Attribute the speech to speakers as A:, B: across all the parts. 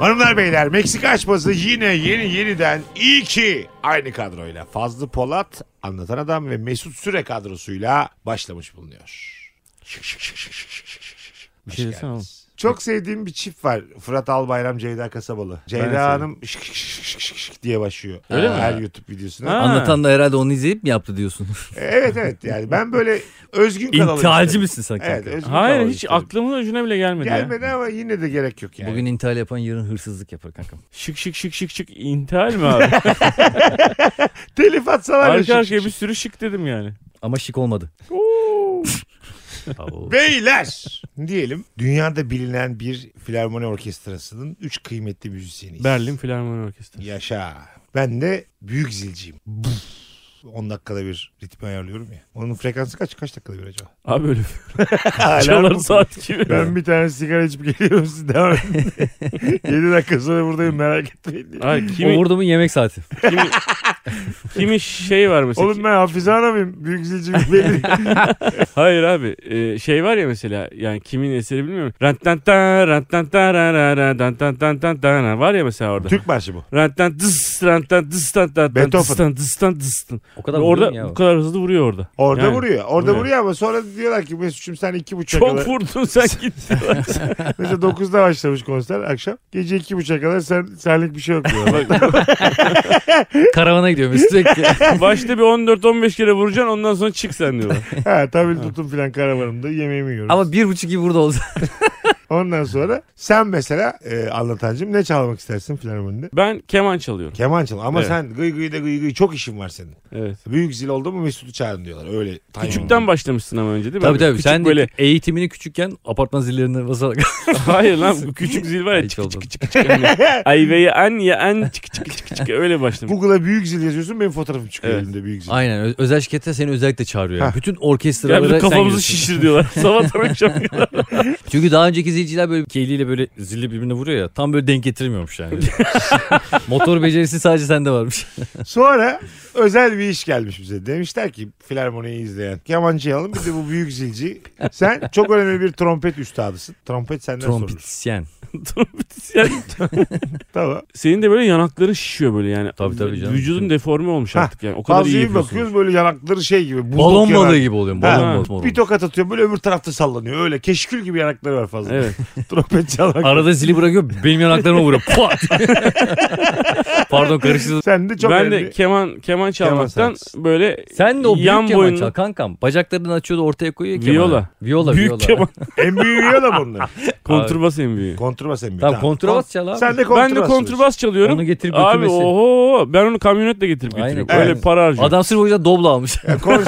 A: Hanımlar beyler Meksika açması yine yeni yeniden iyi ki aynı kadroyla Fazlı Polat, Anlatan Adam ve Mesut Süre kadrosuyla başlamış bulunuyor. Şık şık şık şık şık şık şık şık.
B: Bir
A: Hoş
B: şey desene
A: geldiniz.
B: oğlum.
A: Çok sevdiğim bir çift var. Fırat Albayram, Ceyda Kasabalı.
B: severim.
A: Ceyda Hanım şık şık şık şık şık şık diye başlıyor.
B: Öyle
A: her
B: mi?
A: YouTube videosuna. E,
B: Ha.
C: Anlatan da herhalde onu izleyip mi yaptı diyorsun?
A: Evet evet yani ben böyle özgün kanalı
C: İntihalci
A: isterim.
C: misin sen kanka?
A: Evet, özgün
B: Hayır
A: kanalı
B: hiç
A: isterim.
B: aklımın ucuna bile gelmedi. ya.
A: Gelmedi ama yine de gerek yok yani.
C: Bugün intihal yapan yarın hırsızlık yapar kankam.
B: Şık şık şık şık şık intihal mi abi?
A: Telif atsalar ya şık
B: Arka
A: şık
B: arkaya
A: şık.
B: bir sürü şık dedim yani.
C: Ama şık olmadı.
A: Beyler diyelim dünyada bilinen bir filarmoni orkestrasının üç kıymetli müzisyeniyiz.
B: Berlin Filarmoni Orkestrası.
A: Yaşa. Ben de büyük zilciyim. Buf. 10 dakikada bir ritim ayarlıyorum ya. Onun frekansı kaç kaç dakikada bir acaba?
B: Abi öyle
A: Alarm
B: çalar
A: mı?
B: saat gibi.
A: Ben bir tane sigara içip geliyorum siz devam edin. 7 dakika sonra buradayım merak etmeyin diye.
B: Hayır, kimi,
C: Orada mı yemek saati?
B: kimi, kimi şey var mesela.
A: Oğlum ben Hafize Hanım'ım. Büyük zilciyim belli.
B: Hayır abi e, şey var ya mesela yani kimin eseri bilmiyorum. Rantantan rantantan rantantan var ya mesela orada.
A: Türk marşı bu.
B: Rantan dıs rantan dıs rantan dıs
A: Beethoven.
B: dıs dıs dıs
C: O kadar vuruyor mu ya
B: Orada
C: o?
B: bu kadar hızlı vuruyor orada.
A: Orada
B: Yani.
A: vuruyor. Orada
B: Vuruyor.
A: vuruyor ama sonra diyorlar ki Mesut'cum sen iki buçuk kadar.
B: Çok vurdun sen gittin.
A: Mesela 9'da başlamış konser akşam. Gece 2.30'a kadar sen, senlik bir şey yok diyor.
C: Karavana gidiyorum sürekli.
B: Başta bir 14-15 kere vuracaksın ondan sonra çık sen diyorlar.
A: ha tabii tutun filan karavanımda yemeğimi yiyorum.
C: Ama bir buçuk gibi burada olsa.
A: Ondan sonra sen mesela e, anlatancım ne çalmak istersin filan önünde?
B: Ben keman çalıyorum.
A: Keman çal ama
B: Evet.
A: sen gıy gıy da gıy gıy çok işin var senin.
B: Evet.
A: Büyük zil oldu mu Mesut'u çağırın diyorlar öyle. timing.
B: Küçükten başlamışsın ama önce değil mi?
C: tabii tabii.
B: Küçük
C: Sen
B: böyle.
C: eğitimini küçükken apartman zillerine basarak.
B: Hayır lan bu küçük zil var ya.
C: Hiç
B: Çık
C: olmadı.
B: çık çık çık. Hani, Ayveyi an ya an çık çık çık çık. Öyle başlamış.
A: Google'a büyük zil yazıyorsun benim fotoğrafım çıkıyor
B: Evet.
A: elimde büyük zil.
C: Aynen. ö- Özel şirkette seni özellikle çağırıyor. yani.
A: Hah.
C: Bütün
B: Ya
C: orkestralara
B: bizim
C: sen
B: kafamızı
C: giriyorsun.
B: şişir diyorlar. Sabahtan akşam diyorlar.
C: Çünkü daha önceki zilciler böyle iki eliyle böyle zilli birbirine vuruyor ya. Tam böyle denk getirmiyormuş yani. Motor becerisi sadece sende varmış.
A: Sonra özel bir iş gelmiş bize. Demişler ki filarmoniyi izleyen kemancı alın bir de bu büyük zilci. Sen çok önemli bir trompet üstadısın. Trompet senden sorulur.
C: Trompetisyen.
B: Yani
A: Tamam.
B: senin de böyle yanakların şişiyor böyle yani.
C: Tabii, tabii canım.
B: Vücudun deforme olmuş
A: Hah.
B: artık yani. O kadar
A: Bazı
B: iyi
A: bir
B: yapıyorsun.
A: bakıyoruz böyle yanakları şey gibi. buldok
C: Balon
A: yanak.
C: balığı gibi oluyor.
A: Ha,
C: Balon
A: bir
C: balığı.
A: tokat atıyor böyle öbür tarafta sallanıyor. Öyle keşkül gibi yanakları var fazla.
B: Evet.
A: Trompet çalmak.
C: Arada zili bırakıyor benim yanaklarıma vuruyor. Pat! Pardon karıştırdım.
A: Sen de çok
B: ben
A: önemli.
B: de keman keman çalmaktan
A: sanatçısı.
B: böyle
C: Sen de o büyük
B: yan
C: keman
B: boyun
C: çal kankam. Bacaklarını açıyordu ortaya koyuyor kemanı.
B: Viola.
C: Viola. viola.
B: büyük keman
A: En büyüğü ya da bunlar.
B: kontrbas en büyüğü.
A: Kontrbas en büyüğü.
C: Tamam kontrabas çal abi.
A: Sen de kontrbas.
B: Ben de kontrbas çalıyorum.
C: Onu getirip
B: Abi
C: götürmesi.
B: oho ben onu kamyonetle getirip
C: Aynen,
B: getiriyorum.
A: aynen.
B: Öyle para harcıyorum.
C: Adam sırf o yüzden dobla almış.
A: Ya, kon-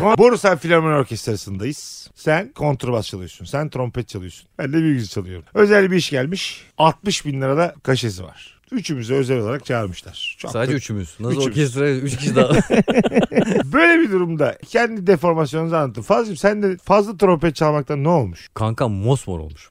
A: kon- Borusan Filarmoni Orkestrası'ndayız. Sen kontrbas çalıyorsun. Sen trompet çalıyorsun. Ben de büyük zil çalıyorum. Özel bir iş gelmiş. 60 bin lirada kaşesi var. Üçümüzü özel olarak çağırmışlar. Çok
C: Sadece
A: da-
C: üçümüz. Nasıl
A: Üçümüz.
C: orkestra? Üç kişi daha.
A: Böyle bir durumda kendi deformasyonunuzu anlattın. Fazlım sen de fazla trompet çalmaktan ne olmuş?
C: kankam mosmor olmuş.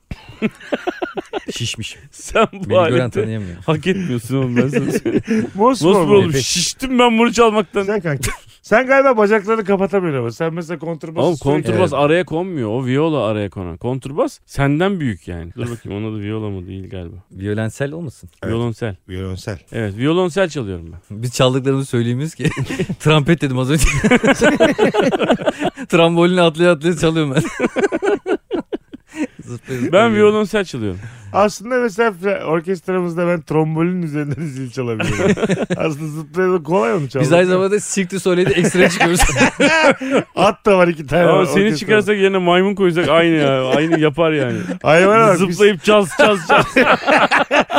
C: Şişmiş.
B: Sen bu
C: Beni gören
B: aleti
C: tanıyamıyor.
B: hak etmiyorsun oğlum ben sana söyleyeyim.
A: Mosmor
B: Nasıl
A: mu?
B: oğlum şiştim ben bunu çalmaktan.
A: Sen kanka. Sen galiba bacaklarını kapatamıyorsun ama. Sen mesela kontrbası
B: Oğlum
A: sürekli-
B: kontrbas araya konmuyor. O viola araya konan. Kontrbas senden büyük yani. Dur bakayım ona da viola mı değil galiba.
C: Violensel olmasın?
A: Evet.
B: Violonsel.
A: Violonsel.
B: Evet violonsel çalıyorum ben.
C: Biz çaldıklarımızı söyleyemiyoruz ki. Trompet dedim az önce. Trambolinle atlaya atlaya çalıyorum ben. Zıplaya zıplaya
B: Ben
C: geliyorum.
B: violonsel çalıyorum.
A: Aslında mesela fla- orkestramızda ben trombolin üzerinden zil çalabiliyorum. Aslında zıplayalı kolay onu çalmak.
C: Biz aynı zamanda Cirque du Soleil'de ekstra çıkıyoruz.
A: At da var iki tane.
B: Ama
A: var
B: seni
A: orkestramız.
B: çıkarsak yerine maymun koysak aynı ya. Aynı yapar yani.
A: Hayvana bak. Zıplayıp.
B: Zıplayıp çaz çaz çaz.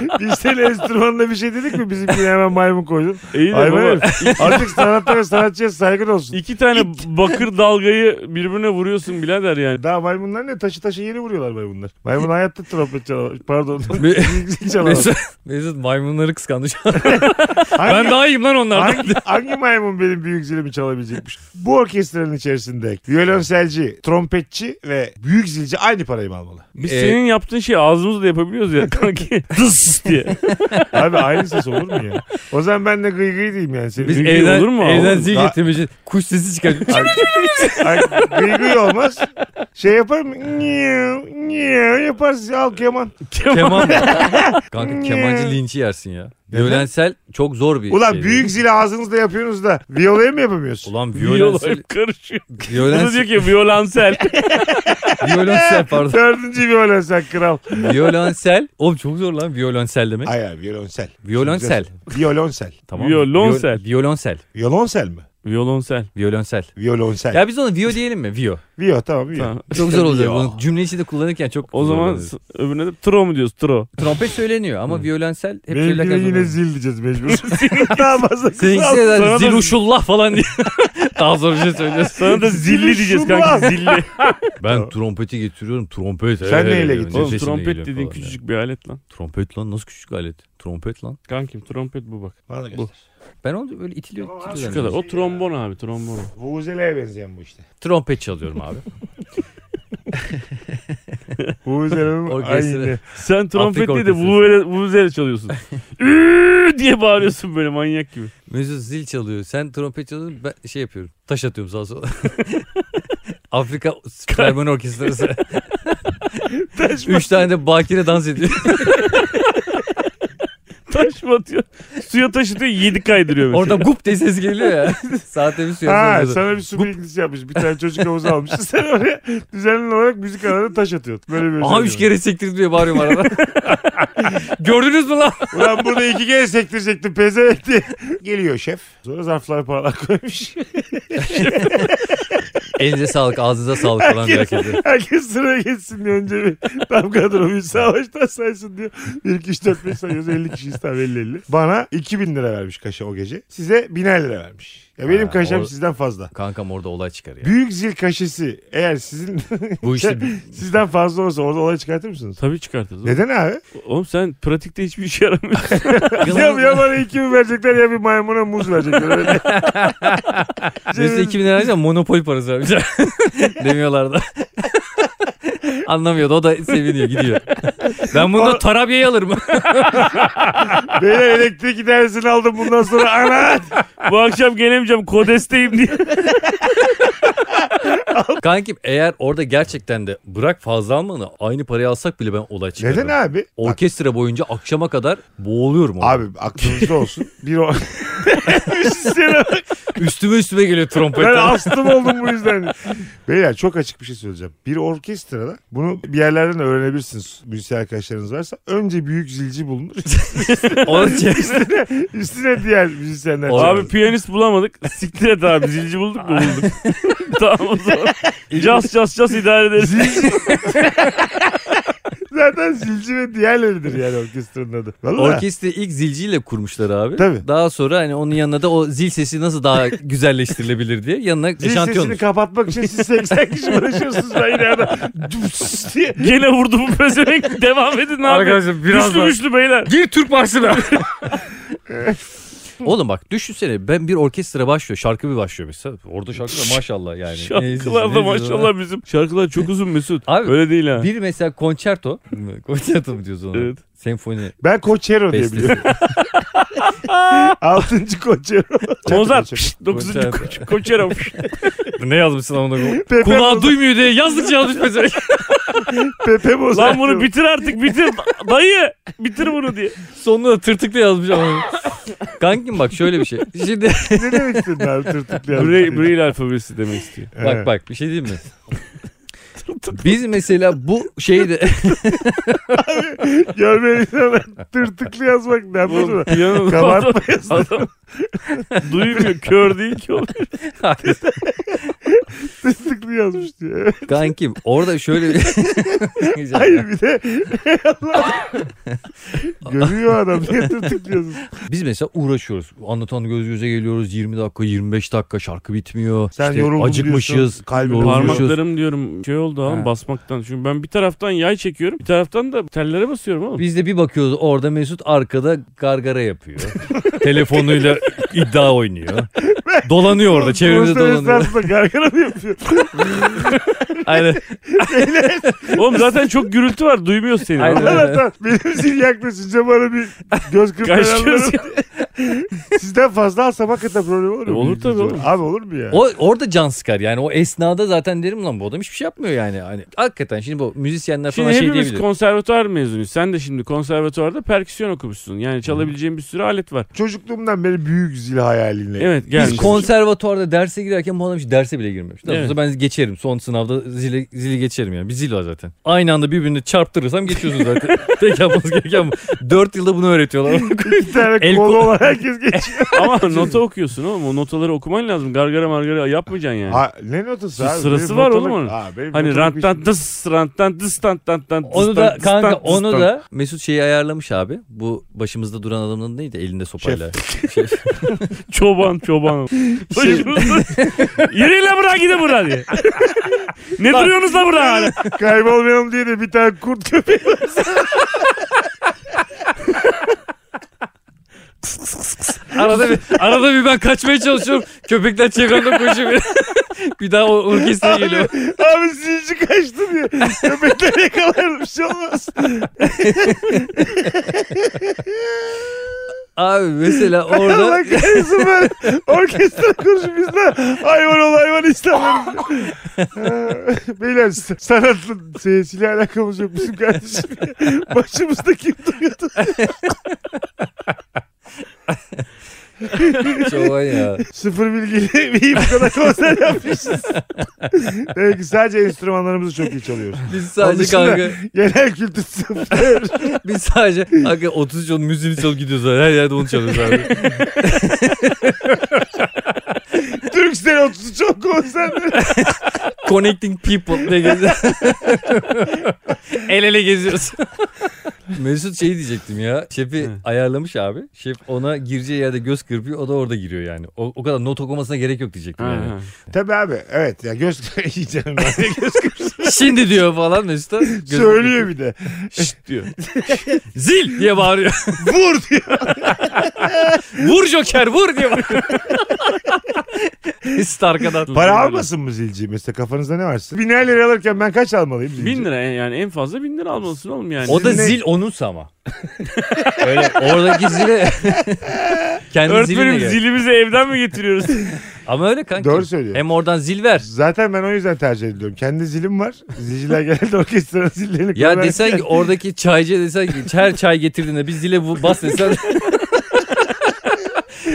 A: Biz, biz senin enstrümanına bir şey dedik mi bizimkine hemen maymun koydun.
B: İyi de
A: Hayvan
B: baba.
A: herif. Artık sanatta ve sanatçıya saygın olsun.
B: İki tane bakır dalgayı birbirine vuruyorsun birader yani.
A: Daha maymunlar ne? Taşı taşı yeni vuruyorlar maymunlar. Maymun hayatta trompet çalamaz. Pardon.
C: Me-
A: zil çalamaz.
C: Mesut, Mesut maymunları kıskandı şu an.
A: Hangi-
C: Ben daha iyiyim lan onlardan.
A: Hangi, hangi maymun benim büyük zilimi çalabilecekmiş? Bu orkestranın içerisinde violonselci, trompetçi ve büyük zilci aynı parayı mı almalı?
B: Biz
C: Ee,
B: senin yaptığın şeyi ağzımızla da yapabiliyoruz ya kanki. Tıs diye.
A: Abi aynı ses olur mu ya? O zaman ben de gıy gıy diyeyim yani. Senin
C: Biz
B: Zil
C: evden,
B: olur mu oğlum?
C: evden zil
A: Daha-
C: getirmiş. Kuş sesi çıkartmış.
A: Ay, gıy gıy olmaz. Şey yapar mı? Niyav, niyav yaparsın. Al keman.
C: Keman. Kanka kemancı linçi yersin ya. Violensel çok zor bir
A: Ulan
C: şey.
A: büyük zili ağzınızla yapıyorsunuz da violaya mı yapamıyorsun?
C: Ulan
B: Viola
C: violensel.
B: hep karışıyor. Bunu diyor ki
C: Violensel,
B: violonsel.
C: violensel pardon.
A: Dördüncü violen sen kral.
C: Violensel. Oğlum çok zor lan violensel demek.
A: Ay ay violonsel.
C: Violonsel.
A: Violonsel.
B: Violonsel.
C: mı? Viol- Violonsel.
A: Violonsel mi?
B: violonsel.
C: Violonsel.
A: Violonsel.
C: Ya biz ona Vio diyelim mi? Vio.
A: Vio tamam vio.
B: Tamam.
C: Çok zor olacak.
A: Vio.
C: Bunu cümle içinde kullanırken çok
B: O
C: zor
B: zaman
C: olacak.
B: s- öbürüne de tro mu diyoruz tro.
C: trompet söyleniyor ama violensel hep
A: Benimkine
C: söyleken
A: yine
C: zorlanıyor.
A: zil diyeceğiz mecbur. Daha fazla
C: Seninkisi
A: kısaltma.
C: de
B: da-
C: ziluşullah falan diye. Daha zor bir şey söylüyorsun.
B: Sana da zilli diyeceğiz kanka
A: Şunlar.
B: zilli.
C: Ben trompeti getiriyorum trompet.
A: Sen neyle getirdin?
B: Oğlum
C: Nefesimle
B: trompet
C: geliyor
B: dediğin
C: falan ya.
B: küçücük bir alet lan.
C: Trompet lan nasıl küçük alet? Trompet lan.
B: Kankim trompet bu bak.
A: Bana da
B: Bu.
A: göster.
C: Ben onu böyle itiliyor.
A: Tamam,
C: itiliyor
A: az
B: Şu
C: yani.
B: kadar. O trombon abi trombon.
A: Vuvuzela'ya benzeyen bu işte.
C: Trompet çalıyorum abi.
A: Vuvuzela'nın
C: Orkestra.
A: aynı.
B: Sen trompet
C: Afrika
B: değil de
C: orkestrası.
B: vuvuzela vuvuzela çalıyorsun. Üü diye bağırıyorsun böyle manyak gibi.
C: Mesut zil çalıyor. Sen trompet çalıyorsun. Ben şey yapıyorum. Taş atıyorum sağa sola. Afrika Filarmoni Orkestrası. Üç tane de bakire dans ediyor.
B: Taş mı atıyor? Suya taşıtıyor yedi kaydırıyor mesela.
C: Orada gup diye ses geliyor ya. Saate bir süre
A: Ha
C: sonra.
A: sana bir su bilgisi yapmış. Bir tane çocuk havuza almış. Sen oraya düzenli olarak müzik alanına taş atıyorsun. Böyle bir
C: Aha
A: özelliği
C: üç
A: var.
C: kere sektirdi diye bağırıyorum arada. Gördünüz mü lan?
A: Ulan burada iki kere sektirecektim pezevenk diye. Geliyor şef. Sonra zarflar paralar koymuş.
C: Elinize sağlık, ağzınıza sağlık falan diye hareket ediyor.
A: Herkes sıraya geçsin diye önce bir tam kadroyu savaştan saysın diyor. 1, 2, 3, 4, 5 sayıyoruz. 50 kişiyiz tam 50, 50. Bana 2000 lira vermiş kaşe o gece. Size 1000'er lira vermiş. Ya benim
C: Ha,
A: kaşem
C: o-
A: sizden fazla.
C: Kankam orada olay çıkar ya.
A: Büyük zil kaşesi eğer sizin
C: Bu işte
A: sizden fazla olsa orada olay çıkartır mısınız?
B: Tabii çıkartırız. oğlum.
A: Neden abi?
B: Oğlum sen pratikte hiçbir işe yaramıyorsun.
A: Ya, ya bana iki mi verecekler ya bir maymuna muz verecekler. Öyle.
C: Mesela 2000 lira harcayacağım monopol parası vermişler. Demiyorlar da. Anlamıyordu o da seviniyor gidiyor. Ben bunu da tarabyayı alırım.
A: Beyler elektrik idaresini aldım bundan sonra ana.
B: Bu akşam gelemeyeceğim kodesteyim diye.
C: Kankim eğer orada gerçekten de bırak fazla almanı aynı parayı alsak bile ben olay çıkarırım.
A: Neden abi?
C: Orkestra boyunca akşama kadar boğuluyorum. Abi.
A: Abi aklınızda olsun. Bir o... Müzisyene bak.
C: Üstüme üstüme geliyor trompet.
A: ben astım oldum bu yüzden. Beyler çok açık bir şey söyleyeceğim. Bir orkestrada bunu bir yerlerden öğrenebilirsiniz. Müzisyen arkadaşlarınız varsa. Önce büyük zilci bulunur.
C: Onun için-
A: Üstüne diğer müzisyenler. çalar.
B: abi piyanist bulamadık. Siktir et abi zilci bulduk mu bulduk. tamam o zaman. Cas cas cas idare ederiz.
A: Zilci. Zaten zilci ve diğerleridir yani orkestranın adı. Valla.
C: Orkestra ilk zilciyle kurmuşlar abi.
A: Tabii.
C: Daha sonra hani onun yanına da o zil sesi nasıl daha güzelleştirilebilir diye yanına
A: Zil
C: eşantiyon.
A: sesini kapatmak için siz 80 kişi uğraşıyorsunuz. Ben yine adam diye
B: Gene vurdu bu pezevenk. Devam edin abi. güçlü güçlü beyler.
C: Gir Türk marşına. Oğlum bak düşünsene ben bir orkestra başlıyor şarkı bir başlıyor mesela. Orada şarkılar maşallah yani.
B: Şarkılar da
C: Neyse, neyse.
B: maşallah bizim. Şarkılar çok uzun Mesut.
C: Abi,
B: Öyle değil ha.
C: Bir mesela konçerto. konçerto mu diyorsun ona?
B: Evet.
C: Senfoni.
A: Ben Cochero diye
C: bestesi.
A: biliyorum. Altıncı Cochero.
B: Mozart.
A: Cochero.
B: pşt, Dokuzuncu koç. Koçero. pşt.
C: ne yazmışsın amına
A: Pepe
C: Kulağı
A: Mozart.
C: duymuyor diye yazdıkça yazmış mesela.
A: Pepe Mozart.
B: Lan bunu bitir artık bitir. Dayı bitir bunu diye.
C: Sonunda da tırtıkla yazmış ama. Kankim bak şöyle bir şey. Şimdi
A: ne demek istedin abi tırtıklayan?
B: Braille, Braille alfabesi demek istiyor.
A: Evet.
C: Bak bak bir şey diyeyim mi? Biz mesela bu şeyde
A: Görmeyen insana tırtıklı yazmak ne yapıyorsun?
B: Oğlum
A: lan?
B: piyano adam,
A: Kabartmayasın.
B: adam duymuyor kör değil ki oğlum.
A: tırtıklı yazmış diye. Evet.
C: kankim orada şöyle bir
A: Hayır bir de Allah. Görüyor adam niye tırtıklıyorsun?
C: Biz mesela uğraşıyoruz. Anlatan göz göze geliyoruz 20 dakika 25 dakika şarkı bitmiyor.
A: Sen
C: İşte
A: yoruldun
C: acıkmışız.
A: diyorsun, kalbin
C: yorulmuşuz.
B: Parmaklarım diyorum şey oldu oğlum
C: Ha.
B: basmaktan. Çünkü ben bir taraftan yay çekiyorum bir taraftan da tellere basıyorum oğlum.
C: Biz de bir bakıyoruz orada Mesut arkada gargara yapıyor. Telefonuyla iddia oynuyor. Dolanıyor orada çevremizde
A: Konser
C: dolanıyor.
A: esnasında gargara mı yapıyor?
C: Aynen.
B: Oğlum zaten çok gürültü var duymuyor seni.
C: Aynen.
A: Lan adam, benim zil yaklaşınca bana bir göz
B: Kaç göz
A: kırpmalarım. Sizden fazla alsam hakikaten problem olur mu?
B: Olur tabii oğlum.
A: Abi olur mu ya?
C: O orada can sıkar yani o esnada zaten derim lan bu adam hiçbir şey yapmıyor yani. Hani hakikaten şimdi bu müzisyenler
B: Şimdi
C: falan şey
B: hepimiz
C: diyebilir.
B: konservatuar mezunuyuz. Sen de şimdi konservatuvarda perküsyon okumuşsun. Yani çalabileceğin bir sürü alet var.
A: Çocukluğumdan beri büyük zil hayalinle.
B: Evet gelmiş.
C: Biz konservatuvarda derse girerken bu adam hiç derse bile girmemiş. Daha
B: Evet.
C: sonra ben geçerim. Son sınavda zili, zili geçerim yani. Bir zil var zaten. Aynı anda birbirini çarptırırsam geçiyorsun zaten. Tek yapmanız gereken bu. Dört yılda bunu öğretiyorlar.
A: Bir tane
C: El
A: kolu olan herkes geçiyor.
B: Ama nota okuyorsun oğlum. O notaları okuman lazım. Gargara margara yapmayacaksın yani.
A: ha, ne notası abi?
B: Sırası
A: Benim
B: var
A: notalık-
B: oğlum onun.
A: Ha, benim
B: Hani
A: notalık bir şey-
B: ranttan dıs ranttan dıs tan tan tan dıs
C: onu
B: tan,
C: da
B: dıs
C: kanka
B: tan, dıs
C: onu
B: tan.
C: da Mesut şeyi ayarlamış abi. Bu başımızda duran adamın adı neydi? Elinde sopayla. Şef.
B: çoban çoban.
C: Şey-
B: Yürüyle bura gidin bura diye. ne duruyorsunuz da bura hala?
A: Kaybolmayalım diye de bir tane kurt köpeği var.
C: Arada bir, arada bir ben kaçmaya çalışıyorum. Köpekler çevremde koşuyor. bir daha o orkestra
A: Abi,
C: geliyor.
A: abi sinirci kaçtı diye. Köpekler yakalarım bir şey olmaz.
C: Abi mesela orada
A: Allah kahretsin böyle. Orkestra kuruşu biz de hayvan ol hayvan istemiyoruz. Ee, Beyler s- sanatla seyirciyle alakamız yok bizim kardeşim. Başımızda kim duruyordu?
C: çoban ya.
A: Sıfır bilgiyle iyi bu kadar konser yapmışız. Demek ki sadece enstrümanlarımızı çok iyi çalıyoruz.
C: Biz
A: Onun
C: sadece
A: dışında
C: kanka
A: Genel kültür sıfır.
C: Biz sadece hakikaten 30 yıl müziğini çalıp gidiyoruz abi. Her yerde onu çalıyoruz abi.
A: Türk sene 30'u çok konserleri.
C: Connecting people diye geziyoruz. El ele geziyoruz. Mesut şey diyecektim ya. Şefi
B: Hı.
C: ayarlamış abi. Şef ona gireceği yerde göz kırpıyor. O da orada giriyor yani. O, o kadar not okumasına gerek yok diyecektim yani.
B: Ha,
A: Tabii abi evet ya göz yiyeceğim ben de göz
C: Şimdi diyor falan Mesut'a. göz-
A: söylüyor bir de.
B: Şşt diyor.
C: Zil diye bağırıyor.
A: Vur diyor.
C: vur Joker vur diye bağırıyor. Mesut arkadan.
A: Para almasın mı zilci mesela kafanızda ne varsa? Biner lira alırken ben kaç almalıyım? zilci?
B: Bin lira yani en fazla bin lira almalısın oğlum yani.
C: O da
A: Sizin ne-
C: zil onunsa ama. Öyle oradaki zile kendi ziline
B: Öğretmenim
C: gel.
B: zilimizi evden mi getiriyoruz?
C: Ama öyle kanka.
A: Doğru söylüyor.
C: Hem oradan zil ver.
A: Zaten ben o yüzden tercih ediyorum. Kendi zilim var. Zilciler genelde orkestranın zillerini
C: Ya
A: kullanarak-
C: desen ki oradaki çaycıya desen ki her çay getirdiğinde bir zile bu bas desen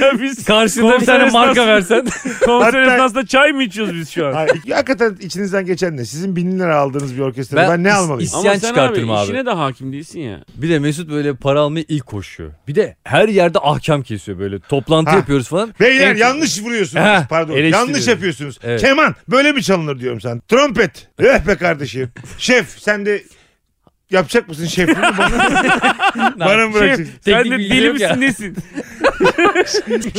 B: Ya biz
C: karşında bir tane
B: Konser
C: marka
B: esnasında-
C: versen.
B: konser
A: Hatta-
B: esnasında çay mı içiyoruz biz şu an?
A: Ha, hakikaten içinizden geçen ne? Sizin bin lira aldığınız bir orkestra ben,
C: Ben
A: ne
C: is-
A: almalıyım?
C: is- İsyan çıkartırım abi.
B: işine de hakim değilsin ya.
C: Bir de Mesut böyle para almaya ilk koşuyor. Bir de her yerde ahkam kesiyor böyle. Toplantı
A: Ha.
C: yapıyoruz falan.
A: Beyler
C: En-
A: yanlış vuruyorsunuz.
C: Ha,
A: Pardon.
C: eleştiriyorum.
A: Yanlış yapıyorsunuz.
C: Evet.
A: Keman böyle mi çalınır diyorum sen. Trompet. Eh be kardeşim. Şef sen de yapacak mısın şefini? Bana, bana mı bırakacaksın?
B: Şef, sen
C: teknik
B: de
C: bilgi
B: deli
C: yok ya.
B: misin nesin?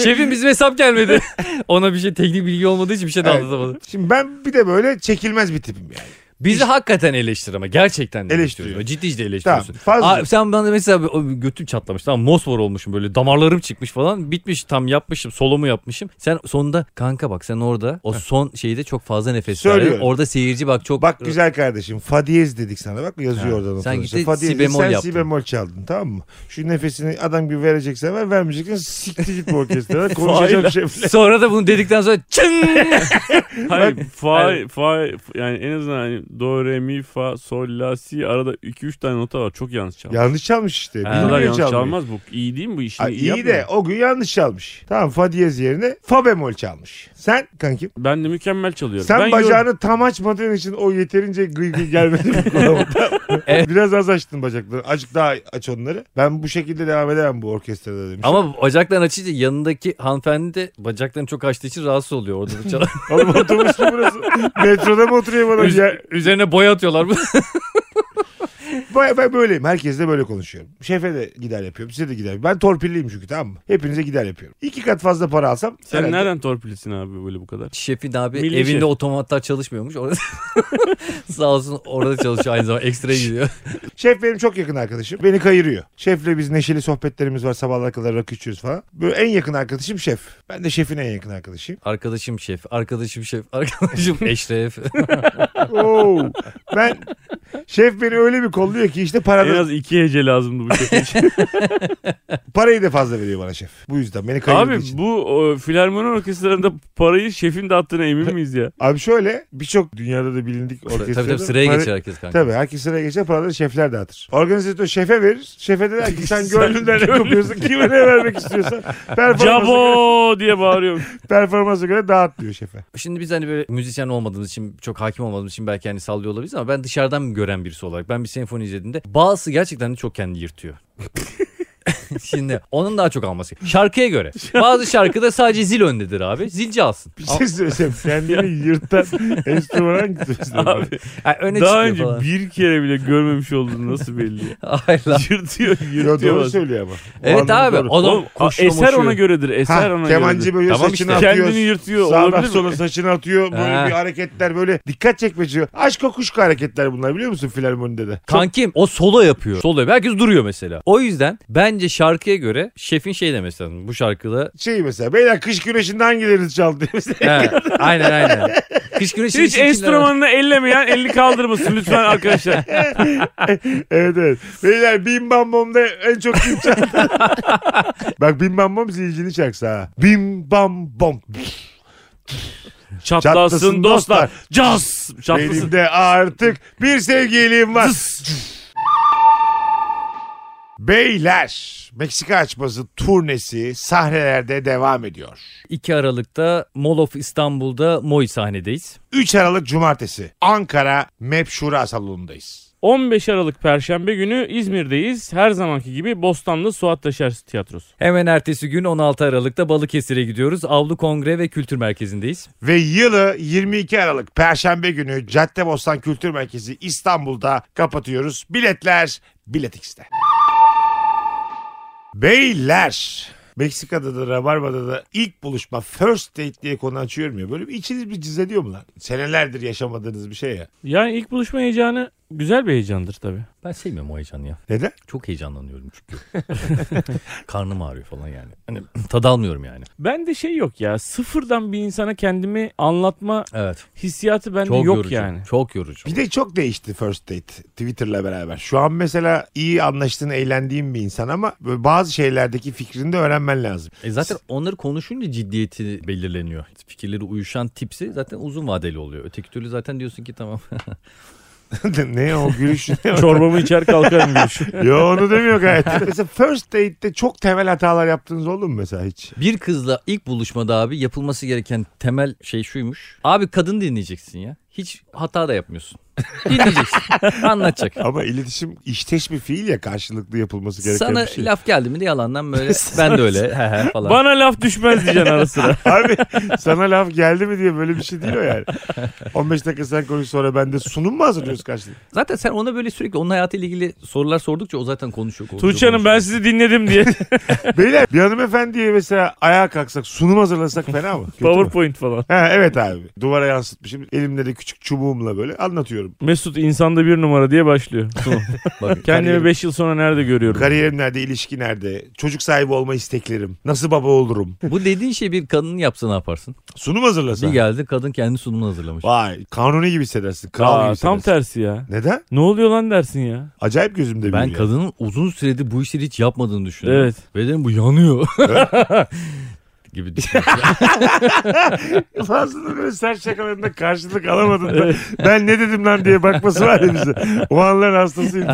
C: Şefim bizim hesap gelmedi. Ona bir şey teknik bilgi olmadığı için bir şey de
A: Evet.
C: anlatamadım.
A: Şimdi ben bir de böyle çekilmez bir tipim yani.
C: Bizi hakikaten eleştir ama gerçekten de
A: Eleştiriyor.
C: eleştiriyor. Ciddi ciddi
A: Tamam.
C: eleştiriyorsun.
A: Fazla.
C: Abi sen bana mesela bir- o götüm çatlamış tamam mosmor olmuşum böyle damarlarım çıkmış falan bitmiş tam yapmışım solomu yapmışım. Sen sonunda kanka bak sen orada o son şeyde çok fazla nefes verdin.
A: Söylüyorum.
C: Orada seyirci bak çok e,
A: Bak güzel kardeşim. Fa diyez dedik sana. Bak yazıyor
C: Ha.
A: orada orada.
C: Sen
A: notaları.
C: gitti,
A: Fa diyez
C: si
A: dedik,
C: bemol
A: Sen si
C: yaptın.
A: bemol çaldın tamam mı? Şu nefesini adam gibi vereceksen ver. Vermeyeceksen siktir git bu orkestrada.
B: Vay be.
A: Konuşacağım şefle.
C: Sonra da bunu dedikten sonra çın
B: Hayır, fa, fa, yani en azından hani do, re, mi, fa, sol, la, si arada 2-3 tane nota var. Çok yanlış çalmış.
A: Yanlış çalmış işte.
C: Ha.
B: Bu
A: Bilmiyor
B: kadar yanlış
A: çalmayı.
B: çalmaz bu. İyi değil mi bu işini?
A: Ay,
B: iyi
A: iyi
B: yapmıyor.
A: de o gün yanlış çalmış. Tamam fa diyez yerine fa bemol çalmış. Sen kankim
B: Ben de mükemmel çalıyorum.
A: sen
B: ben
A: bacağını tam açmadığın için o yeterince gıy gıy gelmedi. bu kulağıma, tamam mı?
C: Evet.
A: Biraz az açtın bacakları. Azıcık daha aç onları. Ben bu şekilde devam edemem bu orkestrada demiş.
C: Ama bacaklarını açınca yanındaki hanımefendi de bacaklarını çok açtığı için rahatsız oluyor orada da çalar.
A: Oğlum otobüs mü burası? Metroda mı oturuyor bana?
C: Üz-
A: Ya-
C: üzerine boya atıyorlar.
A: Baya ben böyleyim. Herkesle böyle konuşuyorum. Şefe de gider yapıyorum. Size de gider. Ben torpilliyim çünkü tamam mı? Hepinize gider yapıyorum. İki kat fazla para alsam.
B: Sen
A: herhalde-
B: nereden torpilisin abi böyle bu kadar?
C: Şefin abi
B: Milli
C: evinde
B: şef.
C: otomatlar çalışmıyormuş. Orada sağ olsun orada çalışıyor aynı zamanda ekstra gidiyor.
A: Şef benim çok yakın arkadaşım. Beni kayırıyor. Şefle biz neşeli sohbetlerimiz var. Sabahlar kadar rakı içiyoruz falan. Böyle en yakın arkadaşım şef. Ben de şefin en yakın arkadaşıyım.
C: Arkadaşım şef, arkadaşım şef, arkadaşım eşref.
A: Oo. Ben Şef beni öyle bir kolluyor ki işte
B: En
A: paradan,
B: az iki hece lazımdı bu şefin için.
A: parayı da fazla veriyor bana şef. Bu yüzden beni kayırdığı
B: Abi
A: için.
B: bu e, filarmoni orkestralarında parayı şefin dağıttığına emin miyiz ya?
A: Abi şöyle birçok dünyada da bilindik
C: Tabii
A: orkestrada.
C: tabii sıraya
B: Hani
A: para-
C: geçer herkes kanka.
A: Tabii herkes sıraya geçer paraları şefler dağıtır. Organizatör şefe verir. Şefe de der ki sen
B: Sen
A: gönlünden ne
B: gönlünden-
A: kopuyorsun kime ne vermek istiyorsan performansa, göre,
B: Cabo diye bağırıyorum.
A: performansa göre dağıt diyor şefe.
C: Şimdi biz hani böyle müzisyen olmadığımız için çok hakim olmadığımız için belki hani sallıyor olabiliriz ama ben dışarıdan gören birisi olarak ben bir senfoni izlediğimde bazısı gerçekten de çok kendi yırtıyor. Şimdi onun daha çok alması. Şarkıya göre. Bazı şarkıda sadece zil öndedir abi. Zilci alsın.
A: Bir şey söylesem kendini yırtan enstrüman hangisi? Abi,
B: Abi
C: Yani e, öne
B: daha
C: çıkıyor
B: önce
C: falan.
B: bir kere bile görmemiş olduğunu nasıl belli? ya?
C: Hayır lan.
B: Yırtıyor,
A: Yo,
B: yırtıyor.
A: doğru
B: bazen.
A: söylüyor ama. O
C: Evet
A: anlamda
C: abi.
A: doğru.
C: Adam
B: Oğlum, a-
C: koşuyor
B: eser ona göredir. Eser
A: Ha,
B: ona
A: kemancı
B: göredir.
A: böyle
C: Tamam
A: saçını
C: işte.
A: atıyor.
B: Kendini yırtıyor
A: Sağdan
B: olabilir mi?
A: sola saçını atıyor. Böyle
C: Ha.
A: bir hareketler böyle dikkat çekmek için. Aşk kokuşku hareketler bunlar biliyor musun filarmonide de?
C: Kankim o solo yapıyor. Solo yapıyor. Herkes duruyor mesela. O yüzden bence şarkıya göre şefin şey demesi lazım. Bu şarkıda.
A: Şey mesela beyler kış güneşinde hangileriniz çaldı diyor mesela.
C: He, aynen aynen. Kış güneşi
B: Hiç enstrümanını ellemeyen elini kaldırmasın lütfen arkadaşlar.
A: evet evet. Beyler Bim Bam Bom'da en çok kim çaldı? Bak Bim Bam Bom zilcini şarkısı ha. Bim Bam Bom.
B: Çatlasın dostlar. Caz. Çatlasın.
A: Benim de artık bir sevgilim var. Beyler Meksika açması turnesi sahnelerde devam ediyor.
C: 2 Aralık'ta Mall of İstanbul'da Moy sahnedeyiz.
A: 3 Aralık Cumartesi Ankara MEP Şura Salonu'ndayız.
B: 15 Aralık Perşembe günü İzmir'deyiz. Her zamanki gibi Bostanlı Suat Taşer Tiyatrosu.
C: Hemen ertesi gün 16 Aralık'ta Balıkesir'e gidiyoruz. Avlu Kongre ve Kültür Merkezi'ndeyiz.
A: Ve yılı 22 Aralık Perşembe günü Caddebostan Kültür Merkezi İstanbul'da kapatıyoruz. Biletler Biletix'te. Beyler Meksika'da da Rabarba'da da ilk buluşma first date diye konu açıyorum ya. Böyle bir içiniz bir cizeliyor mu lan? Senelerdir yaşamadığınız bir şey ya.
B: Yani ilk buluşma heyecanı güzel bir heyecandır tabii.
C: Ben sevmiyorum o heyecanı ya.
A: Neden?
C: Çok heyecanlanıyorum çünkü. Karnım ağrıyor falan yani. Hani tad almıyorum yani.
B: Ben de şey yok ya sıfırdan bir insana kendimi anlatma
C: Evet.
B: hissiyatı bende
C: Çok
B: yok
C: yorucu.
B: yani.
C: Çok yorucu.
A: Bir de çok değişti first date Twitter'la beraber. Şu an mesela iyi anlaştığın, eğlendiğin bir insan ama böyle bazı şeylerdeki fikrini de öğrenmen lazım.
C: E zaten onları konuşunca ciddiyeti belirleniyor. Fikirleri uyuşan tipsi zaten uzun vadeli oluyor. Öteki türlü zaten diyorsun ki tamam.
A: ne o gülüş? ne o?
B: Çorbamı içer kalkarım görüşüm.
A: Yo onu demiyor gayet. mesela first date'te çok temel hatalar yaptınız oldu mu mesela hiç?
C: Bir kızla ilk buluşmada abi yapılması gereken temel şey şuymuş. Abi kadın dinleyeceksin ya. Hiç hata da yapmıyorsun. Dinleyeceksin. Anlatacak.
A: Ama iletişim işteş bir fiil ya karşılıklı yapılması gereken
C: Sana
A: bir şey.
C: laf geldi mi de yalandan böyle ben de öyle he he falan.
B: Bana laf düşmez diyeceksin ara sıra.
A: Abi sana laf geldi mi diye böyle bir şey değil o yani. 15 dakika sen konuş sonra ben de sunum mu hazırlıyoruz karşılıklı?
C: Zaten sen ona böyle sürekli onun hayatıyla ilgili sorular sordukça o zaten konuşuyor. konuşuyor
B: Tuğçe Hanım ben
C: konuşuyor.
B: sizi dinledim diye
A: Beyler bir hanımefendiye mesela ayağa kalksak sunum hazırlasak fena mı? Kötü mü?
B: PowerPoint falan.
A: Ha, evet abi duvara yansıtmışım elimde de küçük çubuğumla böyle anlatıyorum.
B: Mesut insanda bir numara diye başlıyor. sunum.
C: Bak,
B: Kendimi
A: Kariyerim-
B: 5 yıl sonra nerede görüyorum?
A: Kariyerim nerede, ilişki nerede, çocuk sahibi olma isteklerim, nasıl baba olurum.
C: bu dediğin şey bir kadının yapsa ne yaparsın?
A: Sunum hazırlasa.
C: Bir geldi kadın kendi sunumunu hazırlamış.
A: Vay kanuni gibi hissedersin. Kral gibi
B: Aa,
A: hissedersin.
B: tam tersi ya.
A: Neden?
B: Ne oluyor lan dersin ya.
A: Acayip gözümde
C: Ben
A: büyüyor.
C: kadının uzun süredir bu işleri hiç yapmadığını düşünüyorum.
B: Evet.
C: Ve dedim bu yanıyor. gibi düşünüyorum.
A: Fazlının böyle sert şakalarında karşılık alamadın da ben ne dedim lan diye bakması var ya bize. O anların hastasıyım.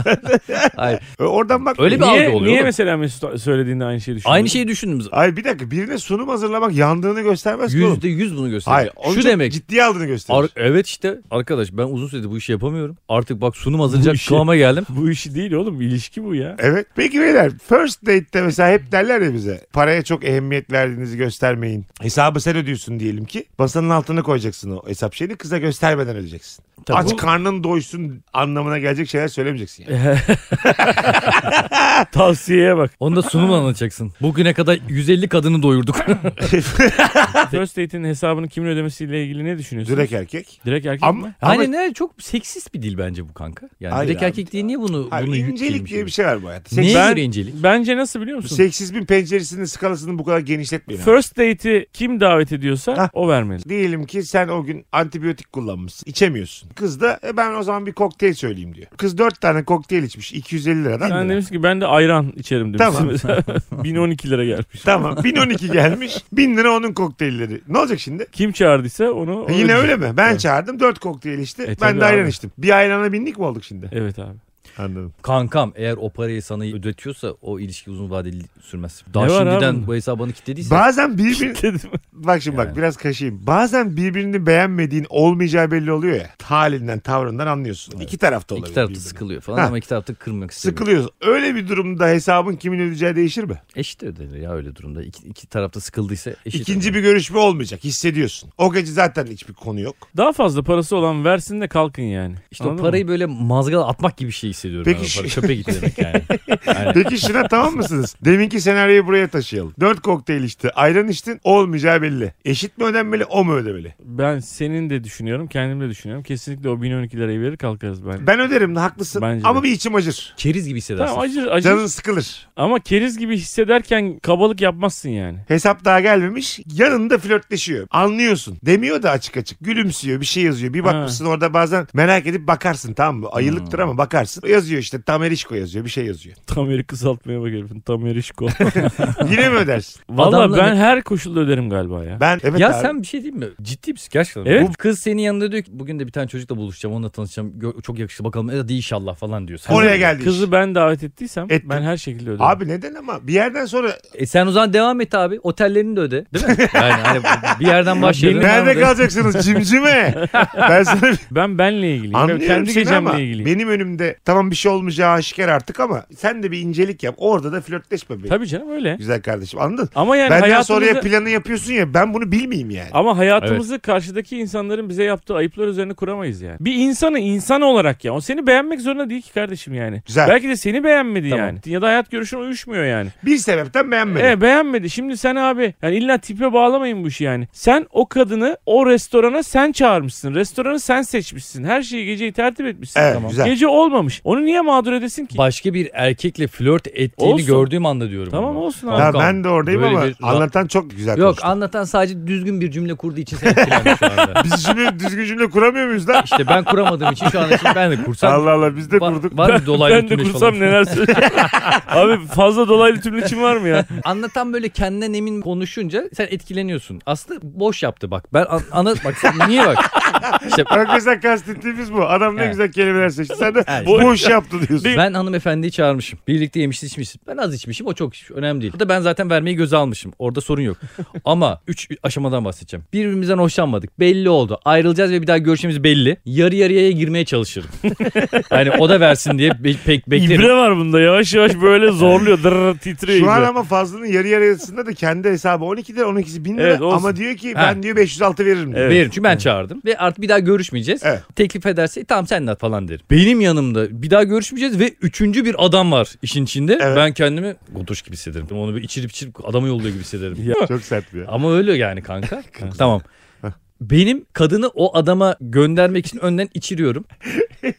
C: Hayır.
A: E, Oradan bak.
C: Öyle bir algı
B: Niye,
C: oluyor.
B: niye
C: oğlum.
B: mesela Mesut söylediğinde aynı şeyi düşünüyorsun?
C: Aynı şey- şeyi düşündüm.
A: Ay bir dakika birine sunum hazırlamak yandığını göstermez ki oğlum.
C: Yüzde yüz bunu
A: Hayır.
C: gösteriyor.
A: onu
C: Şu
A: çok
C: demek.
A: Ciddiye aldığını gösterir.
C: Ar- evet işte arkadaş ben uzun süredir bu işi yapamıyorum. Artık bak sunum
B: Bu
C: hazırlayacak
B: işi-
C: kıvama geldim.
B: Bu işi değil oğlum ilişki bu ya.
A: Evet. Peki beyler first date'te mesela hep derler ya bize paraya çok ehemmiyet verdiğinizi göstermeyin. Hesabı sen ödüyorsun diyelim ki masanın altına koyacaksın o hesap şeyini kıza göstermeden ödeyeceksin.
C: Tabii
A: Aç
C: bu-
A: karnın doysun anlamına gelecek şeyler söylemeyeceksin. Yani.
B: Tavsiyeye bak.
C: Onda sunum anlatacaksın. Bugüne kadar 150 kadını doyurduk.
B: First date'in hesabını kimin ödemesiyle ilgili ne düşünüyorsun?
A: Direkt erkek.
B: Direkt erkek
A: Ama,
B: mi?
A: ama
C: hani ne çok seksist bir dil bence bu kanka. Yani
A: Hayır
C: direkt
A: abi.
C: erkek diye niye bunu
A: Hayır,
C: bunu
A: incelik
C: yüklemiş?
A: diye bir şey var bu hayatta.
C: Neye
A: Seks,
B: Ben-
C: göre incelik?
B: Bence nasıl biliyor musun?
A: seksizmin penceresini skalasını bu kadar genişletmeyin. abi.
B: First date'i kim davet ediyorsa
A: Hah.
B: o vermeli.
A: Diyelim ki sen o gün antibiyotik kullanmışsın. içemiyorsun. Kız da e, ben o zaman bir kokteyl söyleyeyim diyor. Kız 4 tane kokteyl içmiş 250 liradan.
B: Sen demiş ki ben de ayran içerim demiş.
A: Tamam.
B: Mesela 1012 lira gelmiş.
A: Tamam 1012 gelmiş 1000 lira onun kokteylleri. Ne olacak şimdi?
B: Kim çağırdıysa onu...
A: E, yine öyle mi? Ben çağırdım 4 kokteyl içti.
B: E,
A: ben
B: tabii
A: de ayran
B: abi.
A: içtim. Bir ayrana bindik mi olduk şimdi?
B: Evet abi.
A: Anladım.
C: Kankam eğer o parayı sana ödetiyorsa o ilişki uzun vadeli sürmez. Daha
B: Ne var abi?
C: şimdiden bu hesabını kilitlediyse.
A: Bazen birbir
B: Dedim.
A: bak şimdi bak
C: Yani.
A: biraz kaşıyım. Bazen birbirini beğenmediğin olmayacağı belli oluyor ya. Halinden, tavrından anlıyorsun. İki tarafta olabilir.
C: İki tarafta
A: birbirine.
C: sıkılıyor falan
A: Ha.
C: ama iki tarafta kırmak istemiyor.
A: Sıkılıyorsun. Öyle bir durumda hesabın kimin ödeyeceği değişir mi?
C: Eşit ödenir ya E öyle durumda. İki, iki tarafta sıkıldıysa eşit.
A: İkinci bir görüşme olmayacak. Hissediyorsun. O gece zaten hiçbir konu yok.
B: Daha fazla parası olan versin de kalkın yani.
C: İşte
B: Anladın
C: o
B: mı?
C: parayı böyle mazgala atmak gibi bir şey hissediyorum.
A: Peki
C: ben o
A: şu-
C: para. Çöpe git demek yani. Aynen.
A: Peki şuna tamam mısınız? Deminki senaryoyu buraya taşıyalım. Dört kokteyl içti. Ayran içtin. Olmayacağı belli. Eşit mi ödenmeli o mu ödemeli?
B: Ben senin de düşünüyorum, kendim de düşünüyorum. Kesinlikle o 1012 lirayı verir kalkarız ben.
A: Ben öderim haklısın.
B: Bence de.
A: Ama bir içim acır.
C: Keriz gibi hissedersin.
B: Tamam acır acır
A: Canın sıkılır.
B: ama keriz gibi hissederken kabalık yapmazsın yani.
A: Hesap daha gelmemiş. Yanında flörtleşiyor. Anlıyorsun. Demiyor da açık açık. Gülümsüyor bir şey yazıyor. Bir bakmışsın orada bazen merak edip bakarsın tamam mı?
B: Hmm.
A: Ayılıktır ama bakarsın. Yazıyor işte Tamerişko yazıyor bir şey yazıyor.
B: Tameri kısaltmaya bak herifin. Tameri şiko.
A: Yine mi ödersin?
B: Valla
C: Adamla-
B: ben her koşulda öderim galiba ya.
A: Ben evet
C: ya
A: abi.
C: sen bir şey diyeyim mi? Ciddi misin gerçekten?
B: Evet.
C: Bu kız senin yanında diyor ki bugün de bir tane çocukla buluşacağım onunla tanışacağım. Gö- çok yakışıklı bakalım hadi inşallah falan diyor. Sen,
A: Oraya geldi. iş.
B: Kızı ben davet ettiysem
A: Ettim.
B: ben her şekilde öderim.
A: Abi neden ama bir yerden sonra
C: E sen o zaman devam et abi. Otellerini de öde. Değil mi? yani hani bir yerden başlayalım.
A: nerede
C: Nerede
A: kalacaksınız cimcime? ben sana
B: Ben benle ilgiliyim.
A: Anlıyorum
B: ben kendi
A: seni ama
B: gecemle ilgiliyim.
A: benim önümde tamam bir şey olmayacağı aşikar artık ama sen de bir incelik yap. Orada da flörtleşme benimle.
B: Tabii canım öyle.
A: Güzel kardeşim anladın?
B: Ama yani
A: Benden
B: hayatımızı...
A: sonraya planı yapıyorsun ya ben bunu bilmeyeyim yani.
B: Ama hayatımızı karşıdaki insanların bize yaptığı ayıplar üzerine kuramayız yani. Bir insanı insan olarak ya. O seni beğenmek zorunda değil ki kardeşim yani.
A: Güzel.
B: Belki de seni beğenmedi
C: Tamam.
B: yani. Ya da hayat görüşüne uyuşmuyor yani.
A: Bir sebepten beğenmedim.
B: E beğenmedi. Şimdi sen abi yani illa tipe bağlamayın bu işi yani. Sen o kadını o restorana sen çağırmışsın. Restoranı sen seçmişsin. Her şeyi geceyi tertip etmişsin.
A: Evet,
C: Tamam.
A: güzel.
B: Gece olmamış. Onu niye mağdur edesin ki?
C: Başka bir erkekle flört ettiğini
B: Olsun.
C: gördüğüm anda diyorum.
B: Tamam,
C: ama.
B: olsun abi.
A: Ya
C: Kankam,
A: ben de oradayım
C: böyle
A: ama
C: bir-
A: anlatan çok güzel
C: Yok
A: konuştu.
C: anlatan sadece düzgün bir cümle kurduğu için sen etkilendin şu anda.
A: Biz şimdi düzgün cümle kuramıyor muyuz lan?
C: İşte ben kuramadığım için şu an için ben de kursam.
A: Allah Allah biz de
C: Var-
A: kurduk.
C: Var, bir dolaylı
B: ben de
C: tümleş
B: kursam
C: falan.
B: neler söyleyeceğim. Abi fazla dolaylı tümleçim var mı ya?
C: Anlatan böyle kendinden emin konuşunca sen etkileniyorsun. Aslında boş yaptı bak. Ben an, ana, bak sen niye bak. İşte
A: Bak mesela kastettiğimiz bu. Adam ne
C: Evet.
A: güzel kelimeler seçti. Sen de
C: Evet.
A: boş yaptı diyorsun.
C: ben hanımefendiyi çağırmışım. Birlikte yemişiz içmişiz. Ben az içmişim o çok içmiş. Önemli değil. Burada ben zaten vermeyi göze almışım. Orada sorun yok. Ama 3 aşamadan bahsedeceğim. Birbirimizden hoşlanmadık. Belli oldu. Ayrılacağız ve bir daha görüşmemiz belli. Yarı yarıya girmeye çalışırım. yani o da versin diye be- pek beklerim.
B: İbre var bunda. Yavaş yavaş böyle zorluyor. Dırr titriyor.
A: Şu an
B: ibre.
A: ama Fazlı'nın yarı yarısında da kendi hesabı 12 lira 12'si 1000 lira
B: Evet, olsun.
A: ama diyor ki
C: Ha.
A: ben diyor 506 veririm diyor.
B: Evet.
C: Veririm çünkü ben çağırdım. Ve artık bir daha görüşmeyeceğiz.
A: Evet.
C: Teklif ederse tamam sen de at falan derim. Benim yanımda bir daha görüşmeyeceğiz ve üçüncü bir adam var işin içinde.
A: Evet.
C: Ben kendimi gotuş gibi hissederim. Onu bir içirip içirip adamı yolluyor gibi hissederim.
B: Ya.
A: Çok sert bir.
C: Ama öyle yani kanka. tamam. Benim kadını o adama göndermek için önden içiriyorum.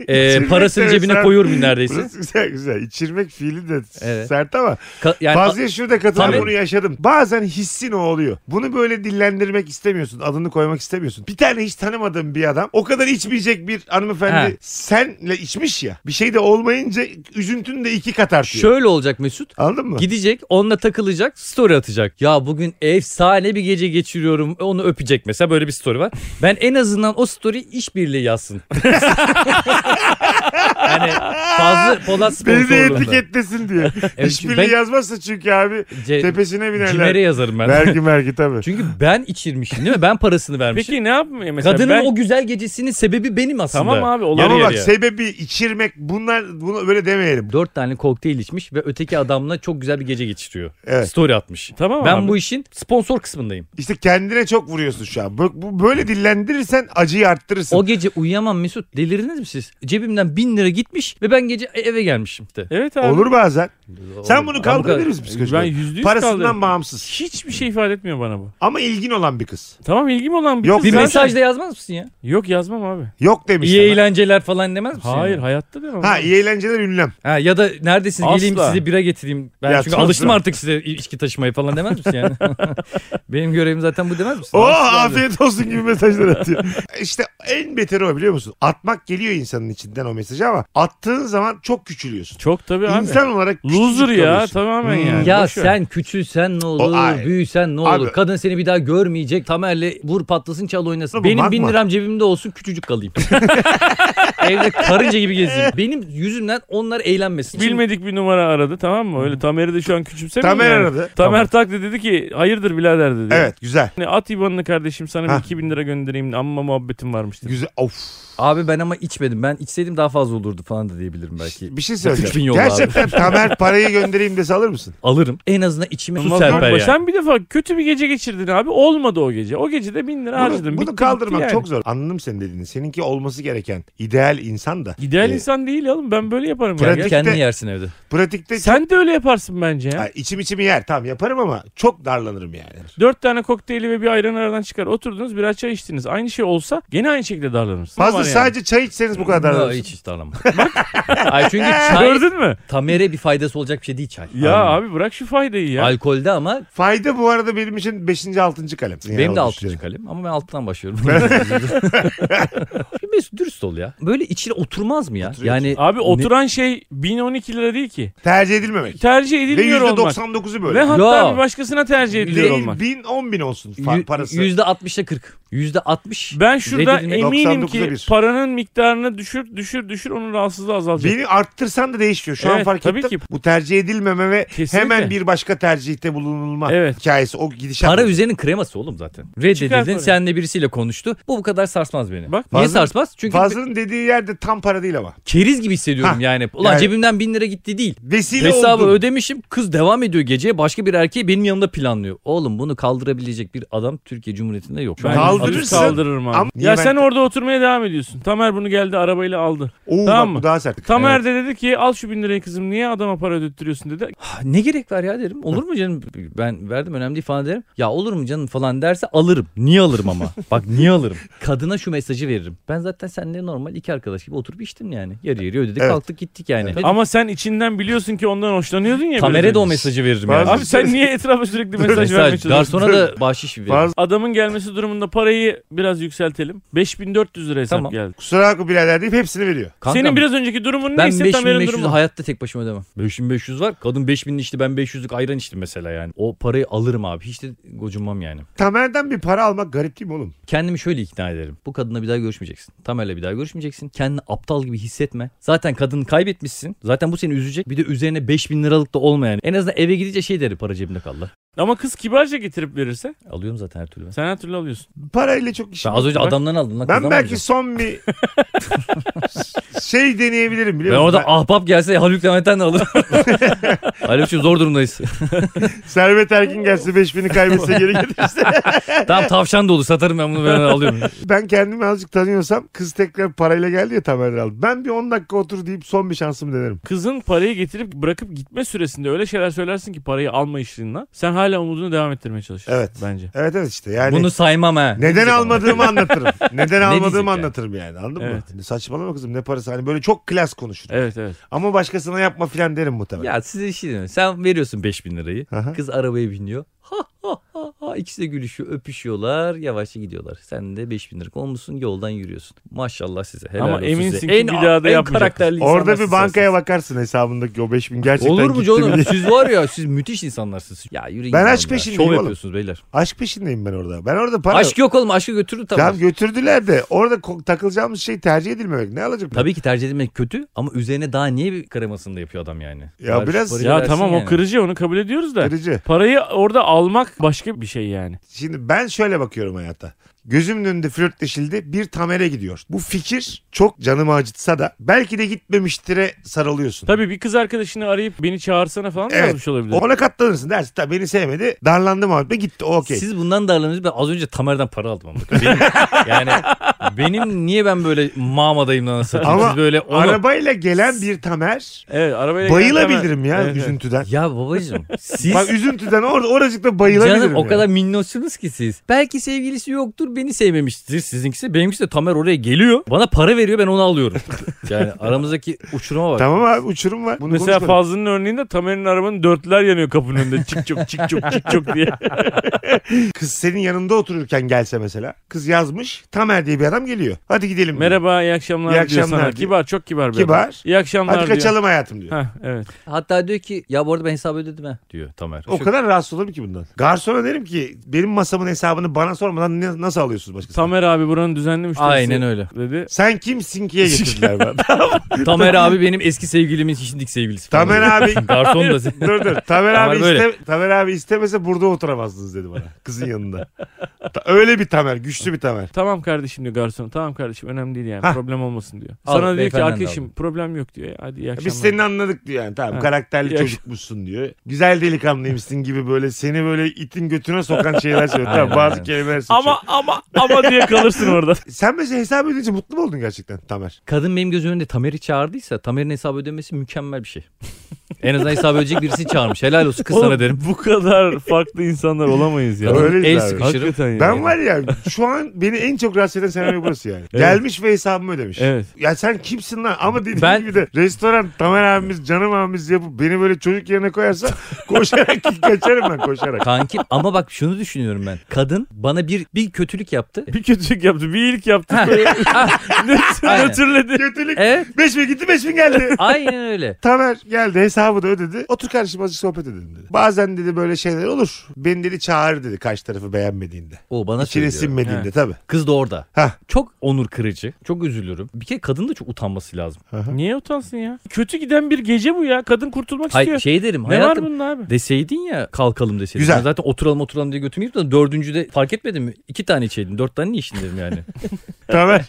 C: Ee,
A: İçirmek
C: parasını
A: de
C: cebine
A: sen-
C: koyuyorum neredeyse.
A: Burası güzel güzel. İçirmek fiili de
C: Evet.
A: sert ama
C: Ka- yani
A: Fazlıya şurada katılan
C: Tabii.
A: bunu yaşadım. Bazen hissin o oluyor. Bunu böyle dillendirmek istemiyorsun. Adını koymak istemiyorsun. Bir tane hiç tanımadığın bir adam o kadar içmeyecek bir hanımefendi
C: Ha.
A: senle içmiş ya. Bir şey de olmayınca üzüntün de iki kat artıyor.
C: şöyle olacak Mesut.
A: Anladın mı?
C: Gidecek onunla takılacak story atacak. Ya bugün efsane bir gece geçiriyorum onu öpecek mesela böyle bir story var. Ben en azından o story işbirliği yazsın. yani fazla Polat
A: Beni de
C: sponsorluğunda.
A: etiketlesin diye.
C: Evet,
A: Hiçbiri
C: ben-
A: yazmazsa çünkü abi
C: Ce-
A: tepesine
C: Cimer'e
A: binerler.
C: yazarım ben.
A: Vergi mergi tabii.
C: Çünkü ben içirmişim değil mi? Ben parasını vermişim.
B: Peki ne yapmıyor mesela?
C: Kadının
B: ben...
C: o güzel gecesinin sebebi benim aslında.
B: Tamam abi olabilir.
A: Ama
C: Yarı
A: bak
C: yarıya.
A: sebebi içirmek bunlar bunu böyle demeyelim.
C: Dört tane kokteyl içmiş ve öteki adamla çok güzel bir gece geçiriyor.
A: Evet.
C: Story atmış.
B: Tamam
C: ben
B: abi.
C: bu işin sponsor kısmındayım.
A: İşte kendine çok vuruyorsun şu an. Bu, bu- böyle dillendirirsen acıyı arttırırsın.
C: O gece uyuyamam Mesut. Delirdiniz mi siz? Cebimden bin lira gitmiş ve ben gece e, eve gelmişim de.
B: Evet abi.
A: Olur bazen. Sen bunu kaldırabilir misin psikolojik
B: Ben
A: olarak?
B: yüzde yüz
A: Parasından
B: kaldırırım.
A: bağımsız.
B: Hiçbir şey ifade etmiyor bana bu.
A: Ama ilgin olan bir kız.
B: Tamam ilgim olan bir
A: Yok,
B: kız
A: bir
C: Bir
B: zaten-
C: mesajda yazmaz mısın ya?
B: Yok yazmam abi.
A: Yok demiş
C: İyi
A: sana.
C: eğlenceler falan demez misin?
B: Hayır
C: şey yani?
B: hayatta demem.
A: Ha iyi eğlenceler ünlem.
C: Ha, ya da neredesiniz
B: Asla.
C: geleyim size bira getireyim. Ben
A: Ya
C: çünkü
A: tabii.
C: alıştım artık size içki taşımaya falan demez misin yani? Benim görevim zaten bu demez misin?
A: Oh
C: Asla.
A: afiyet olsun gibi mesajlar atıyor. işte en beteri o biliyor musun? Atmak geliyor insanın içinden o mesajı ama attığın zaman çok küçülüyorsun.
B: Çok tabii abi.
A: İnsan olarak küçücük
B: Loser ya
A: kalıyorsun.
B: tamamen
A: Hmm.
B: yani.
C: Ya
B: Boş ver.
C: sen küçülsen ne
A: O- ay.
C: olur, büyüsen ne
A: Abi-
C: olur. Kadın seni bir daha görmeyecek. Tamer'le vur patlasın çal oynasın.
A: Oğlum,
C: Benim
A: bakma.
C: bin liram cebimde olsun küçücük kalayım. Evde karınca gibi gezeyim. Benim yüzümden onlar eğlenmesin. Şimdi- Hmm.
B: Bilmedik bir numara aradı tamam mı? Öyle Tamer'i de şu an küçümsemiyor.
A: Tamer
B: yani.
A: aradı.
B: Tamer Takli dedi ki hayırdır birader dedi.
A: Evet güzel.
B: Yani at IBAN'ını kardeşim sana bir
A: Hah.
B: 2000 lira göndereyim amma muhabbetim varmış dedi.
A: Güzel. Of.
C: Abi ben ama içmedim. Ben içseydim daha fazla olurdu falan da diyebilirim belki.
A: Bir şey
C: Üç bin
A: söyleyeceğim.
C: yolla abi.
A: Gerçekten Tamer parayı göndereyim dese alır mısın?
C: Alırım. En azından içime su
B: Olmaz
C: serper
B: galiba.
C: yani.
B: Sen bir defa kötü bir gece geçirdin abi. Olmadı o gece. O gece de 1000 lira
A: Bunu,
B: harcadın.
A: bunu
B: Bitti, bitti
A: kaldırmak
B: yani.
A: çok zor. Anladım senin dediğini. Seninki olması gereken ideal insan da.
B: İdeal
A: Ee,
B: insan değil oğlum. Ben böyle yaparım. ya.
A: Pratik-
C: Kendi,
A: Gerçekten-
C: kendini yersin evde.
A: Pratikte
B: Sen de öyle yaparsın bence ya.
A: Ay, içim içimi yer. Tamam yaparım ama çok darlanırım yani.
B: Dört tane kokteyli ve bir ayran aradan çıkar. Oturdunuz biraz çay içtiniz. Aynı şey olsa gene aynı şekilde darlanırsın.
A: Fazla
B: Var yani.
A: sadece çay içseniz bu kadar
C: Yo,
A: darlanırsınız.
C: hiç hiç darlama. Ay çünkü çay
B: Gördün mü?
C: Tamer'e bir faydası olacak bir şey değil çay.
B: Ya
C: Anladın mı?
B: abi bırak şu faydayı ya.
C: Alkolde ama
A: Fayda bu arada benim için 5. 6. kalem.
C: Benim de
A: olduğunu
C: altıncı
A: düşünüyorum.
C: kalem ama ben alttan başlıyorum. Mesut dürüst ol ya. Böyle içine oturmaz mı ya?
A: Oturuyor.
C: Yani
B: Abi oturan şey 1012 lira değil ki.
A: Tercih edilmemek.
B: Tercih
A: Ve
B: edilmiyor olmak.
A: %99'u
B: Ve
A: böyle.
B: hatta
C: Ya.
B: bir başkasına tercih ediliyor
A: Değil,
B: olmak.
A: bin, on bin olsun fa- parası.
C: yüzde %60'a 40. Yüzde 60.
B: Ben şurada
C: Reddedilmek-
B: eminim ki
A: 99'da bir.
B: paranın miktarını düşür düşür düşür onun rahatsızlığı azalacak.
A: Beni arttırsan da değişmiyor. Şu an
B: Evet,
A: fark
B: tabii
A: ettim.
B: ki.
A: Bu tercih edilmeme ve
B: Kesinlikle.
A: hemen bir başka tercihte bulunulma
B: Evet.
A: hikayesi. O gidişat.
C: Para üzerinin kreması oğlum zaten.
B: Çıkar
C: Reddedildin
B: parayı.
C: senle birisiyle konuştu. Bu bu kadar sarsmaz beni.
B: Bak,
C: Niye
A: fazla-
C: sarsmaz? Çünkü
A: Fazlının dediği yerde tam para değil ama.
C: keriz gibi hissediyorum
A: Hah,
C: yani. Ulan
A: yani-
C: cebimden bin lira gitti değil.
A: Vesile
C: Hesabı
A: oldun.
C: ödemişim. Kız devam ediyor geceye. Başka bir erkeği benim yanımda planlıyor. Oğlum bunu kaldırabilecek bir adam Türkiye Cumhuriyeti'nde yok.
B: Ben
A: Kaldırırsın.
B: kaldırırım abi.
A: Ama- Niye
B: ya
A: ben-
B: sen orada oturmaya devam ediyorsun. Tamer bunu geldi arabayla aldı.
A: Oo,
B: Tamam
A: bak,
B: mı?
A: bu daha sert.
B: Tamer de dedi ki al şu bin lirayı kızım niye adama para ödettiriyorsun dedi.
C: Ah, Ne gerek var ya derim. Olur mu canım? Ben verdim önemli değil falan derim. Ya olur mu canım falan derse alırım. Niye alırım ama? Bak niye alırım? Kadına şu mesajı veririm. Ben zaten seninle normal iki arkadaş gibi oturup içtim yani. Yarı yarıya ödedik
A: Evet.
C: kalktık gittik yani. Ama
B: Ama sen içinden biliyorsun ki ondan hoşlanıyordun ya.
C: Kamera
B: biraz
C: da o
B: önce.
C: mesajı veririm
A: Bazı-
C: yani.
B: Abi sen niye etrafa sürekli mesaj, vermeye
C: Mesaj.
B: çalışıyorsun?
C: Garsona da bahşiş veririm.
A: Bazı-
B: Adamın gelmesi durumunda parayı biraz yükseltelim. 5400 lira hesap
C: Tamam.
B: geldi.
A: Kusura bakma birader deyip hepsini veriyor.
C: Kankam,
B: Senin biraz önceki durumun
C: ben
B: neyse Tamer'in
C: 5500
B: durumu.
C: hayatta tek başıma ödemem. 5500 var. Kadın 5000 içti ben 500'lük ayran içtim mesela yani. O parayı alırım abi. Hiç de gocunmam yani.
A: Tamer'den bir para almak garip değil mi oğlum?
C: Kendimi şöyle ikna ederim. Bu kadınla bir daha görüşmeyeceksin. Tamer'le bir daha görüşmeyeceksin. Kendini aptal gibi hissetme. Zaten kadını kaybetmişsin. Zaten bu seni üzecek. Bir de üzerine 5000 liralık da olmayan. En azından eve gidince şey derim para cebimde kaldı.
B: Ama kız kibarca getirip verirse
C: Alıyorum zaten her türlü ben.
B: sen her türlü alıyorsun.
A: Parayla çok işim.
C: Ben az önce
B: Bak-
C: adamdan aldım lan.
A: Ben
C: kızdan
A: belki
C: alacağım.
A: son bir şey deneyebilirim
C: ben
A: biliyor musun?
C: orada ahbap gelse Haluk Levent'ten de alırım. Haluk'cum zor durumdayız.
A: Ben- Servet Erkin gelse 5000'i kaybetse geri gelirse.
C: tamam tavşan dolu satarım ben bunu ben alıyorum.
A: ben kendimi azıcık tanıyorsam kız tekrar parayla geldi ya Tamer'den aldı. Ben bir 10 dakika otur deyip son bir şansımı denerim.
B: Kızın parayı getirip bırakıp gitme süresinde öyle şeyler söylersin ki parayı alma işinden. Sen hala umudunu devam ettirmeye çalışırsın.
A: Evet.
B: Bence.
A: Evet evet işte yani.
C: bunu saymam ha.
A: Neden almadığımı anlatırım. Neden
C: diyecek
A: almadığımı
C: yani?
A: anlatırım yani. Anladın mı?
B: Evet.
A: Saçmalama kızım ne parası. Hani böyle çok klas konuşurum.
B: Evet evet.
A: Ama başkasına yapma filan derim muhtemelen.
C: Ya size şey demiyorum. Sen veriyorsun 5000 lirayı.
A: Aha.
C: Kız arabaya biniyor. Ha ha ha ha. İkisi de gülüşüyor, öpüşüyorlar. Yavaşça gidiyorlar. Sen de 5000 lira olmuşsun, yoldan yürüyorsun. Maşallah size. Helal
B: Ama
C: olsun
B: eminsin
C: size.
B: ki bir daha da
C: en
B: yapmayacak.
C: karakterli
A: Orada
C: insanlarsınız
A: bir bankaya
C: siz.
A: bakarsın hesabındaki o 5000 gerçekten
C: Olur mu
A: gitti mi
C: canım?
A: diye.
C: siz var ya siz müthiş insanlarsınız. Ya yürüyün.
A: Ben
C: gidin
A: aşk
C: ya.
A: peşindeyim
C: Şov
A: oğlum.
C: yapıyorsunuz beyler.
A: Aşk peşindeyim ben orada. Ben orada para...
C: Aşk yok oğlum aşkı götürür tamam.
A: Tamam götürdüler de orada ko- takılacağımız şey tercih edilmemek. Ne alacak?
C: Tabii ki tercih edilmek kötü ama üzerine daha niye bir kremasını da yapıyor adam yani.
A: Ya
C: Bari şu
A: biraz-
C: parayı
B: Ya
C: versin
B: tamam
C: yani.
B: o kırıcı onu kabul ediyoruz da.
A: Kırıcı.
B: Parayı orada almak başka bir şey yani.
A: Şimdi ben şöyle bakıyorum hayata. Gözümün önünde flörtleşildi. Bir tamere gidiyor. Bu fikir çok canımı acıtsa da belki de gitmemiştire sarılıyorsun.
B: Tabii bir kız arkadaşını arayıp beni çağırsana falan
A: Evet.
B: evet. yazmış olabilir.
A: Ona katlanırsın dersin. Tabii beni sevmedi. Darlandı muhabbete gitti. O okey.
C: Siz bundan darlanıyorsunuz. Ben az önce Tamer'den para aldım ama. Benim, yani benim niye ben böyle mamadayım lan nasıl?
A: Ama
C: Siz böyle onu...
A: Arabayla gelen bir tamer
B: Evet arabayla
A: bayılabilirim
B: gelen
A: ya
B: hemen- Evet, evet.
A: üzüntüden.
C: Ya babacığım siz
A: Bak üzüntüden or oracıkta bayılabilirim.
C: canım o
A: yani.
C: kadar minnoşsunuz ki siz. Belki sevgilisi yoktur beni sevmemiştir sizinkisi. Benimkisi de Tamer oraya geliyor. Bana para veriyor ben onu alıyorum. Yani aramızdaki uçuruma bak.
A: Tamam abi uçurum var. Bunu
B: Mesela
A: konuşmadık.
B: Fazlı'nın örneğinde Tamer'in arabanın dörtler yanıyor kapının önünde. Çık çok çık çok çık çok diye.
A: Kız senin yanında otururken gelse mesela. Kız yazmış. Tamer diye bir adam geliyor. Hadi gidelim. diyor.
B: Merhaba iyi akşamlar,
A: İyi
B: diyor
A: akşamlar
B: sana.
A: diyor.
B: Kibar çok kibar. bir
A: Kibar.
B: adam. İyi akşamlar
A: Hadi
B: diyor.
A: kaçalım hayatım diyor.
B: Heh, evet.
C: Hatta diyor ki ya bu arada ben hesabı ödedim ha diyor Tamer.
A: O kadar rahatsız olurum ki bundan. Garsona derim ki benim masamın hesabını bana sormadan ne- nasıl alıyorsunuz başkası?
B: Tamer abi buranın düzenli müşterisi.
C: Aynen öyle.
B: Dedi.
A: Sen kimsin ki'ye getirdiler bana.
C: Tamer abi benim eski sevgilimin şimdiki sevgilisi. falan
A: Tamer
C: diyor.
A: abi
C: Garson da sen.
A: dur dur. Tamer abi,
C: Tamer böyle.
A: iste, Tamer abi istemese burada oturamazdınız dedi bana. Kızın yanında. Ta- Öyle bir Tamer. Güçlü bir Tamer.
B: Tamam kardeşim diyor garson. Tamam kardeşim önemli değil yani.
A: Hah.
B: Problem olmasın diyor.
C: Al,
B: Sana diyor ki
C: beyefendiden de
B: arkadaşım problem yok diyor. Hadi iyi akşamlar.
A: Biz seni anladık diyor yani tamam
B: Ha.
A: karakterli
B: İyi
A: çocukmuşsun diyor. Güzel delikanlıymışsın gibi böyle seni böyle itin götüne sokan şeyler söylüyor. Tamam,
C: Aynen,
A: bazı
C: aynen.
A: kelimeler söylüyor.
B: ama ama ama diye kalırsın orada.
A: Sen mesela hesap ödeyince mutlu mu oldun gerçekten Tamer?
C: Kadın benim göz önünde Tamer'i çağırdıysa Tamer'in hesabı ödemesi mükemmel bir şey. en azından hesabı ödeyecek birisini çağırmış. Helal olsun kız sana
B: Oğlum,
C: derim.
B: Bu kadar farklı insanlar olamayız ya.
A: Kadın-
C: Kadın
A: Öyleyiz abi.
C: el sıkışırıp
B: Hakikaten ya.
A: Ben var ya şu an beni en çok rahatsız eden senaryo burası yani. Gelmiş ve hesabımı ödemiş.
B: Evet.
A: Ya sen kimsin lan? Ama dediğim
C: Ben-
A: gibi de restoran Tamer abimiz, canım abimiz yapıp beni böyle çocuk yerine koyarsa koşarak kaçarım ben koşarak.
C: Kanki ama bak şunu düşünüyorum ben. Kadın bana bir bir kötülük yaptı.
B: Bir kötülük yaptı. Bir iyilik yaptı.
C: Aynen.
B: Nötrledi.
A: Kötülük.
C: Evet.
A: 5 bin gitti 5 bin geldi.
C: Aynen öyle.
A: Tamer geldi hesabı da ödedi. Otur kardeşim azıcık sohbet edelim dedi. Bazen dedi böyle şeyler olur. Beni dedi çağır dedi karşı tarafı beğenmediğinde.
C: O bana
A: İçine
C: söylüyor.
A: sinmediğinde tabii.
C: Kız da orada.
A: Hah.
C: Çok onur kırıcı. Çok üzülürüm. Bir kere kadın da çok utanması lazım.
B: Niye utansın ya? Kötü giden bir gece bu ya. Kadın kurtulmak
C: Hayır
B: istiyor.
C: şey derim
B: ne var
C: hayatım.
B: bunun abi?
C: Deseydin ya kalkalım deseydin.
A: Güzel.
C: Ben zaten oturalım oturalım diye götümü yiyip de dördüncüde fark etmedin mi? İki tane içeydin. Dört tane niye içtin dedim yani.
A: Tamer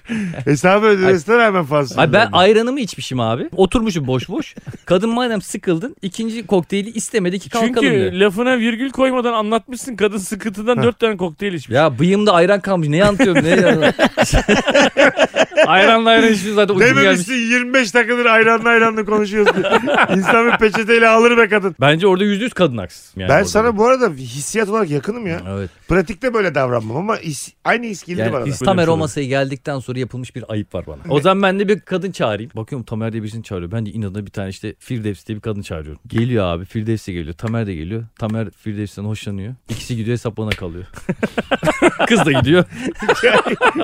A: hesabı ödemesine rağmen fazla.
C: Ay ben ayranımı içmişim abi. Oturmuşum boş boş. Kadın madem sıkıldın ikinci kokteyli istemedi ki şey kalkalım diyor.
B: Çünkü lafına virgül koymadan anlatmışsın kadın sıkıntıdan dört tane kokteyl içmiş.
C: Ya bıyığımda ayran kalmış. Ne anlatıyorum ne ya? Ayranla ayran içmiş zaten uykum gelmiş.
A: Dememişsin 25 dakikadır ayranla ayranla konuşuyoruz diye. İnsan bir peçeteyle alır be kadın.
C: Bence orada yüzde yüz kadın haksız. Yani
A: ben
C: orada.
A: sana bu arada hissiyat olarak yakınım ya.
C: Evet.
A: Pratikte böyle davranmam ama his- aynı his geldi
C: Yani
A: bana da.
C: biz Tamer o masaya geldikten sonra yapılmış bir ayıp var bana. O zaman ben de bir kadın çağırayım. Bakıyorum Tamer diye birisini çağırıyor. Ben de inadına bir tane işte Firdevs diye bir kadın çağırıyorum. Geliyor abi Firdevs de geliyor. Tamer de geliyor. Tamer Firdevs'ten hoşlanıyor. İkisi gidiyor hesap bana kalıyor. Kız da gidiyor.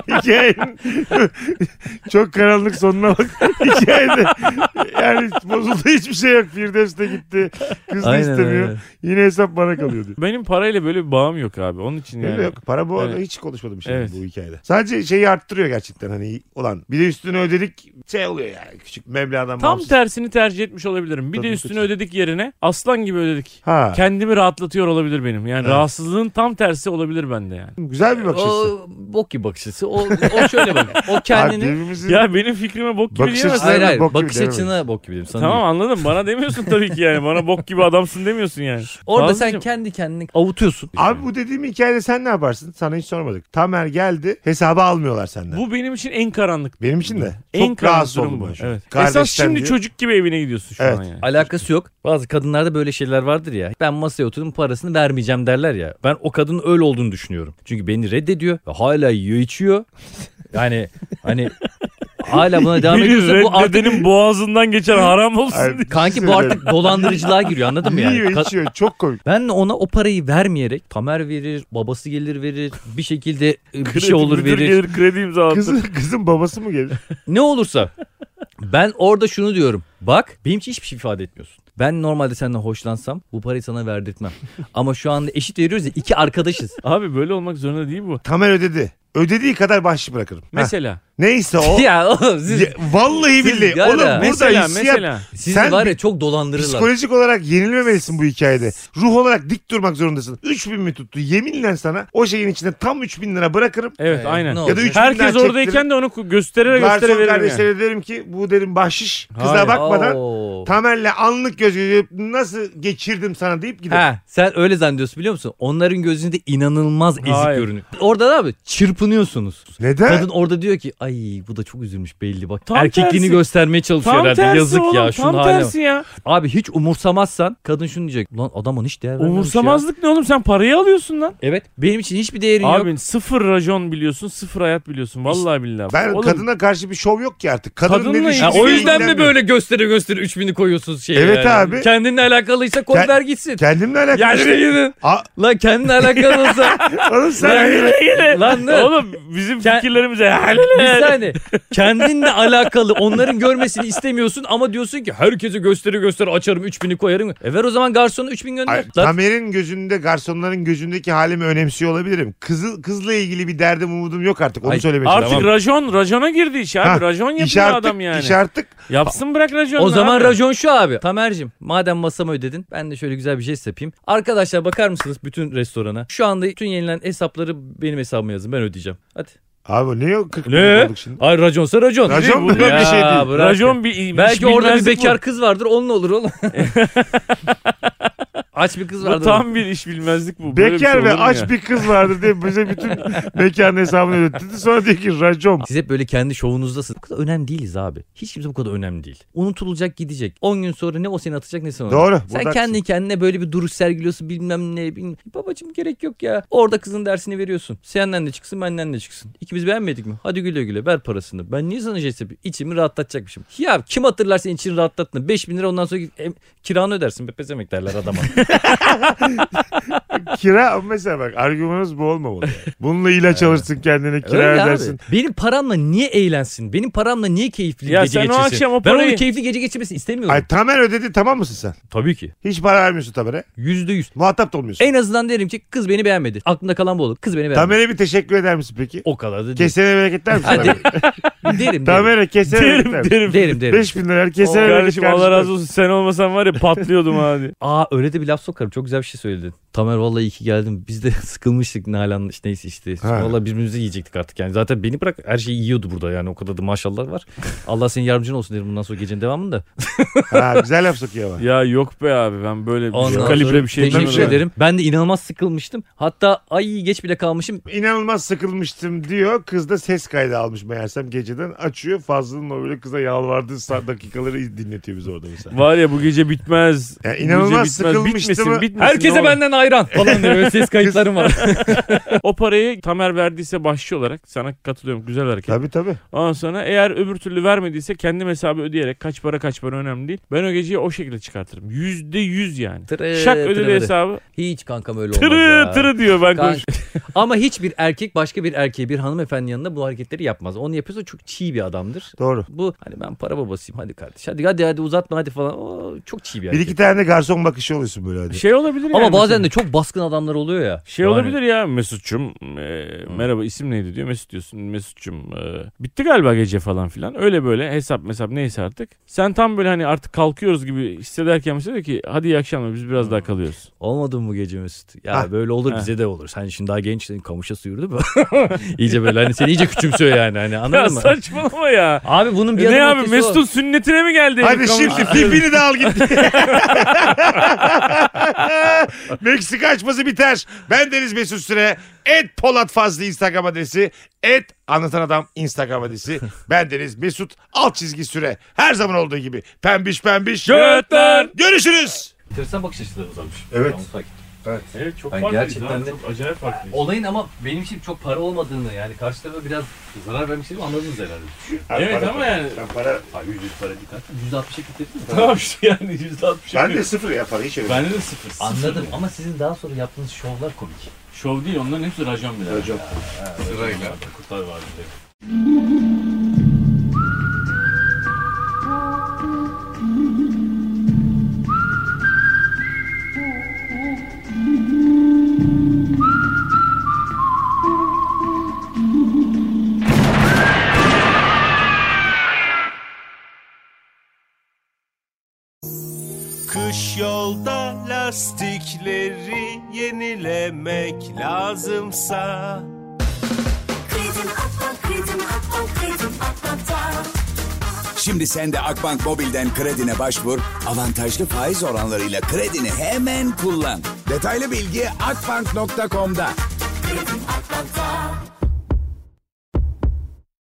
A: Hikayenin çok karanlık sonuna bak. Hikayede yani bozuldu hiçbir şey yok. Firdevs de gitti. Kız da istemiyor.
C: öyle.
A: Yine hesap bana kalıyor diyor.
B: Benim parayla böyle bir bağım yok abi. Onun için
A: Öyle
B: yani.
A: yok. Para bu arada
B: Evet.
A: hiç konuşmadım şey
B: Evet.
A: bu hikayede. Sadece şeyi arttırıyor gerçekten hani olan. Bir de üstüne ödedik şey oluyor yani küçük meblağdan
B: Tam
A: bağımsız.
B: tersini tercih etmiş olabilirim. Bir
A: Tabii,
B: de üstünü
A: tabii.
B: ödedik yerine aslan gibi ödedik.
A: Ha.
B: Kendimi rahatlatıyor olabilir benim. Yani
A: Evet.
B: rahatsızlığın tam tersi olabilir bende yani.
A: Güzel bir bakış açısı.
C: O bok gibi bakış açısı. O, o şöyle bak. O
A: Kendini...
C: kendini...
B: Ya benim fikrime bok gibi
A: Bakış
B: diyemezsin.
A: açısı-
C: Hayır hayır.
A: Bok gibi
C: bakış
A: demeyiz.
C: açına bok gibi dedim. Sana
B: Tamam
C: değil.
B: anladım. Bana demiyorsun tabii ki yani. Bana bok gibi adamsın demiyorsun yani.
C: Orada sen
B: Fazlıcığım,
C: kendi kendini avutuyorsun.
A: Abi bu dediğim hikayede sen ne yaparsın? Sana hiç sormadık. Tamer geldi. Hesabı almıyorlar senden.
B: Bu benim için en karanlık.
A: Benim için de.
B: en
A: Çok rahatsız
B: karanlık
A: oldum
B: durum bu.
A: bu.
B: Evet. Esas şimdi çocuk gibi evine gidiyorsun şu
A: Evet.
B: an yani.
C: Alakası yok. Bazı kadınlarda böyle şeyler vardır ya. Ben masaya oturdum parasını vermeyeceğim derler ya. Ben o kadının öyle olduğunu düşünüyorum. Çünkü beni reddediyor ve hala yiyor içiyor. Yani hani hala buna devam ediyorsa
B: Biri
C: bu artık
B: reddedenin boğazından geçen haram olsun diye.
C: kanki bu artık dolandırıcılığa giriyor anladın mı yani?
A: Yiyor
C: Ka-
A: içiyor çok komik.
C: Ben de ona o parayı vermeyerek Tamer verir, babası gelir verir, bir şekilde e, bir şey
B: Kredi
C: olur
B: müdür
C: verir.
B: gelir kredi imzalatır.
A: Kızın, kızın babası mı gelir?
C: Ne olursa. Ben orada şunu diyorum. Bak benim için hiçbir şey ifade etmiyorsun. Ben normalde senden hoşlansam bu parayı sana verdirtmem. Ama şu anda eşit veriyoruz ya iki arkadaşız.
B: Abi böyle olmak zorunda değil bu.
A: Tamer ödedi. Ödediği kadar bahşiş bırakırım. Heh.
B: Mesela.
A: Neyse o.
C: ya oğlum siz,
A: Ya, vallahi
C: siz
A: billahi.
C: ya
A: Oğlum
C: da-
A: burada
B: Mesela
A: hissiyat-
B: mesela.
C: siz
A: sen
C: var
A: bir-
C: ya çok dolandırırlar.
A: Psikolojik olarak yenilmemelisin bu hikayede. Ruh olarak dik durmak zorundasın. 3000 mi tuttu? Yeminle sana o şeyin içinde tam 3000 lira bırakırım.
B: Evet
C: Ee,
B: aynen.
C: ne
A: Ya da
C: olacak?
A: 3 bin
B: Herkes
A: lira
B: oradayken de onu ku- göstere göstere
A: Garson
B: veririm yani.
A: kardeşlere derim ki bu derim bahşiş. Kıza
B: Hayır.
A: bakmadan
C: Oo.
A: Tamer'le anlık göz göze gelip, nasıl geçirdim sana deyip giderim.
C: Ha, sen öyle zannediyorsun biliyor musun? Onların gözünde inanılmaz ezik
B: Hayır.
C: görünüyor. Orada ne abi? Çırpınıyorsunuz.
A: Neden?
C: Kadın orada diyor ki ay bu da çok üzülmüş belli bak.
B: Tam
C: Erkekliğini
B: tersi.
C: göstermeye çalışıyor
B: Tam
C: herhalde.
B: tersi
C: Yazık
B: oğlum,
C: ya
B: tam
C: şunun haline. bak.
B: tersi ya.
C: Abi hiç umursamazsan kadın şunu diyecek. Ulan adam ona hiç değer vermemiş ya.
B: Umursamazlık ne oğlum sen parayı alıyorsun lan.
C: Evet benim için hiçbir değerin yok.
B: Abi sıfır rajon biliyorsun sıfır hayat biliyorsun vallahi billahi.
A: Ben
B: Oğlum,
A: kadına karşı bir şov yok ki artık. Kadının
B: Kadınla
A: ne
B: ilgili-
C: Ha,
A: düşündüğü
C: o şey yüzden mi
A: ilgilenmiyor.
C: böyle göstere göstere 3000'i koyuyorsunuz şeye?
A: Evet
C: yani?
A: abi.
C: Kendinle alakalıysa koy
A: Kend-
C: ver gitsin.
A: Kendimle alakalı.
B: Ya
A: işte.
B: yürü gidin.
A: Aa,
C: Lan kendinle alakalı olsa.
A: oğlum sen
C: Lan ne?
B: Oğlum bizim
C: Ke-
B: fikirlerimize
C: Bir saniye. Kendinle alakalı onların görmesini istemiyorsun ama diyorsun ki herkese gösteri gösteri açarım 3000'i koyarım. E ver o zaman garsona 3000 gönder.
A: Ay,
C: Lan
A: Tamer'in gözünde garsonların gözündeki halimi önemsiyor olabilirim. Kızı, kızla ilgili bir derdim umudum yok artık. Onu
C: Ay,
A: söylemeye
B: Artık
A: çalışıyorum.
B: rajon, rajona girdi iş abi.
A: Ha,
B: rajon yapıyor
A: İş artık,
B: adam yani.
A: iş artık.
B: Yapsın bırak rajonu.
C: O zaman
B: abi.
C: racon şu abi. Tamer'cim madem masamı ödedin ben de şöyle güzel bir jest yapayım. Arkadaşlar bakar mısınız bütün restorana? Şu anda bütün yenilen hesapları benim hesabıma yazın ben ödeyeceğim. Hadi.
A: Abi ne yok 40
C: Ne?
A: olduk şimdi.
C: Ay raconsa racon.
A: Racon
C: Ya,
A: bu da bir şey değil.
C: bırak ya.
B: Rajon bir iş
C: Belki orada bir
B: bilmezlik
C: bekar
B: bu.
C: kız vardır onunla olur oğlum. Aç bir kız
B: Bu
C: vardır.
B: tam bir iş bilmezlik bu. Böyle şey
A: Bekar ve
B: olur mu
A: aç
B: ya?
A: bir kız vardır diye bize bütün mekanın hesabını ödetti. Sonra diyor ki racom.
C: Siz hep böyle kendi şovunuzdasınız. Bu kadar önemli değiliz abi. Hiç kimse bu kadar önemli değil. Unutulacak gidecek. 10 gün sonra ne o seni atacak ne sen onu.
A: Doğru,
C: Sen
A: burada
C: kendi kendine böyle bir duruş sergiliyorsun bilmem ne. Bilmem. Babacım gerek yok ya. Orada kızın dersini veriyorsun. Senden de çıksın benden de çıksın. İkimiz beğenmedik mi? Hadi güle güle ver parasını. Ben niye sana jest yapayım? İçimi rahatlatacakmışım. Ya kim hatırlar senin için rahatlattığını? 5000 lira ondan sonra git, em, kiranı ödersin. Pepez emek derler adama.
A: Kira mesela bak argümanımız bu olmamalı. Bununla ilaç alırsın kendine kira
C: Öyle abi.
A: ödersin.
C: Benim paramla niye eğlensin? Benim paramla niye keyifli
B: Ya
C: gece
B: sen o
C: geçirsin?
B: akşam o
C: Ben
B: parayı-
C: onun keyifli gece geçirmesini istemiyorum.
A: Ay Tamer ödedi tamam mısın sen?
C: Tabii ki.
A: Hiç para vermiyorsun Tamer'e.
C: Yüzde yüz.
A: Muhatap da olmuyorsun.
C: En azından derim ki kız beni beğenmedi. Aklımda kalan bu olur. Kız beni beğenmedi.
A: Tamer'e bir teşekkür eder misin peki?
C: O kadar da değil.
A: Kesene bereket der misin?
C: Hadi.
A: Tamer'e?
C: derim derim.
A: Tamer'e kesene bereket der
B: Derim
A: misin?
B: derim.
C: derim derim.
A: 5000 lira kesene bereket
B: Kardeşim
A: kardeşim.
B: Allah razı olsun sen olmasan var ya patlıyordum hadi.
C: Aa öyle de bir laf sokarım. Çok güzel bir şey söyledin. Tamer vallahi iyi ki geldin. Biz de sıkılmıştık Nalan işte neyse işte.
A: Ha.
C: Vallahi birbirimizi yiyecektik artık yani. Zaten beni bırak her şeyi yiyordu burada yani. O kadar da maşallah var. Allah senin yardımcın olsun derim bundan sonra gecenin devamında.
A: Ha, güzel laf sokuyor ama.
B: Ya yok be abi ben böyle
C: Ondan
B: bir
C: sonra
B: kalibre bir şey
C: Teşekkür
B: bilmiyorum.
C: ederim. Ben de inanılmaz sıkılmıştım. Hatta ay geç bile kalmışım.
A: İnanılmaz sıkılmıştım diyor. Kız da ses kaydı almış meğersem geceden. Açıyor Fazlı'nın o böyle kıza yalvardığı sa- dakikaları dinletiyor bize orada mesela.
B: Var ya bu gece bitmez.
A: Ya
B: Bu
A: inanılmaz
B: gece
A: sıkılmıştım.
B: Bitmesin, bitmesin, ne
C: Herkese
B: olur.
C: benden ayran falan diye böyle ses kayıtlarım var.
B: O parayı Tamer verdiyse bahşiş olarak sana katılıyorum. Güzel hareket.
A: Tabii tabii.
B: Ondan sonra eğer öbür türlü vermediyse kendim hesabı ödeyerek kaç para kaç para önemli değil. Ben o geceyi o şekilde çıkartırım. Yüzde yüz yani.
C: Tırı,
B: Şak
C: tırı,
B: ödedi
C: tırı.
B: hesabı.
C: Hiç kankam öyle olmaz
B: Tırı
C: ya.
B: tırı diyor ben
C: Kanka-
B: konuş.
C: Ama hiçbir erkek başka bir erkeğe bir hanımefendinin yanında bu hareketleri yapmaz. Onu yapıyorsa çok çiğ bir adamdır.
A: Doğru.
C: Bu hani ben para babasıyım hadi kardeş hadi hadi hadi uzatma hadi falan. Oo, çok çiğ bir
A: Bir
C: erkek.
A: iki tane de garson bakışı oluyorsun böyle hadi.
B: Şey olabilir
C: Ama
B: yani.
C: bazen de çok baskın adamlar oluyor ya.
B: Şey
C: Yani-
B: olabilir ya Mesut'cum e, merhaba isim neydi diyor Mesut diyorsun Mesut'cum e, bitti galiba gece falan filan öyle böyle hesap mesap neyse artık. Sen tam böyle hani artık kalkıyoruz gibi hissederken mesela diyor ki hadi iyi akşamlar biz biraz daha kalıyoruz.
C: Olmadı mı bu gece Mesut? Ya
A: Ha.
C: böyle olur
B: Ha.
C: bize de olur. Sen şimdi daha gençsin kamışa sıyırdı mı? iyice böyle hani seni iyice küçümsüyor yani hani
B: Ya
C: anladın mı?
B: saçmalama ya.
C: Abi bunun bir
B: E ne
C: adım
B: abi
C: ötesi o.
B: Mesut'un sünnetine mi geldi?
A: Hadi
B: Kamu-
A: şimdi pipini de al git. Meksika açması biter. Ben Deniz Mesut Süre. Et Polat Fazlı Instagram adresi. Et Anlatan Adam Instagram adresi. Ben Deniz Mesut alt çizgi süre. Her zaman olduğu gibi. Pembiş pembiş.
B: Götler.
A: Görüşürüz.
C: Enteresan bakış açıları uzanmış.
A: Evet.
C: Ben onu fark ettim.
B: Evet çok
C: Ben
B: farklıyız
C: gerçekten
B: abi,
C: de-
B: çok acayip farklıyız.
C: Olayın ama benim için çok para olmadığını yani karşı tarafa biraz zarar vermiş gibi anladınız herhalde.
B: Evet ama yani
A: Para,
C: Ha 100 para dikkat. 160'a kilitledin mi?
B: tamam işte yani %60.
A: ben de sıfır ya para hiç öyle.
B: Bende de sıfır. sıfır.
C: Anladım ama sizin daha sonra yaptığınız şovlar komik.
B: Şov değil onların hepsi racon bile.
A: Racon.
B: Sırayla. Kurtar var bir de.
D: Kış yolda lastikleri yenilemek lazımsa
E: Kredimi Akbank, kredimi Akbank, kredim Akbank'ta.
F: Şimdi sen de Akbank Mobil'den kredine başvur. Avantajlı faiz oranlarıyla kredini hemen kullan. Detaylı bilgi akbank.com'da.
E: Kredim Akbank'ta.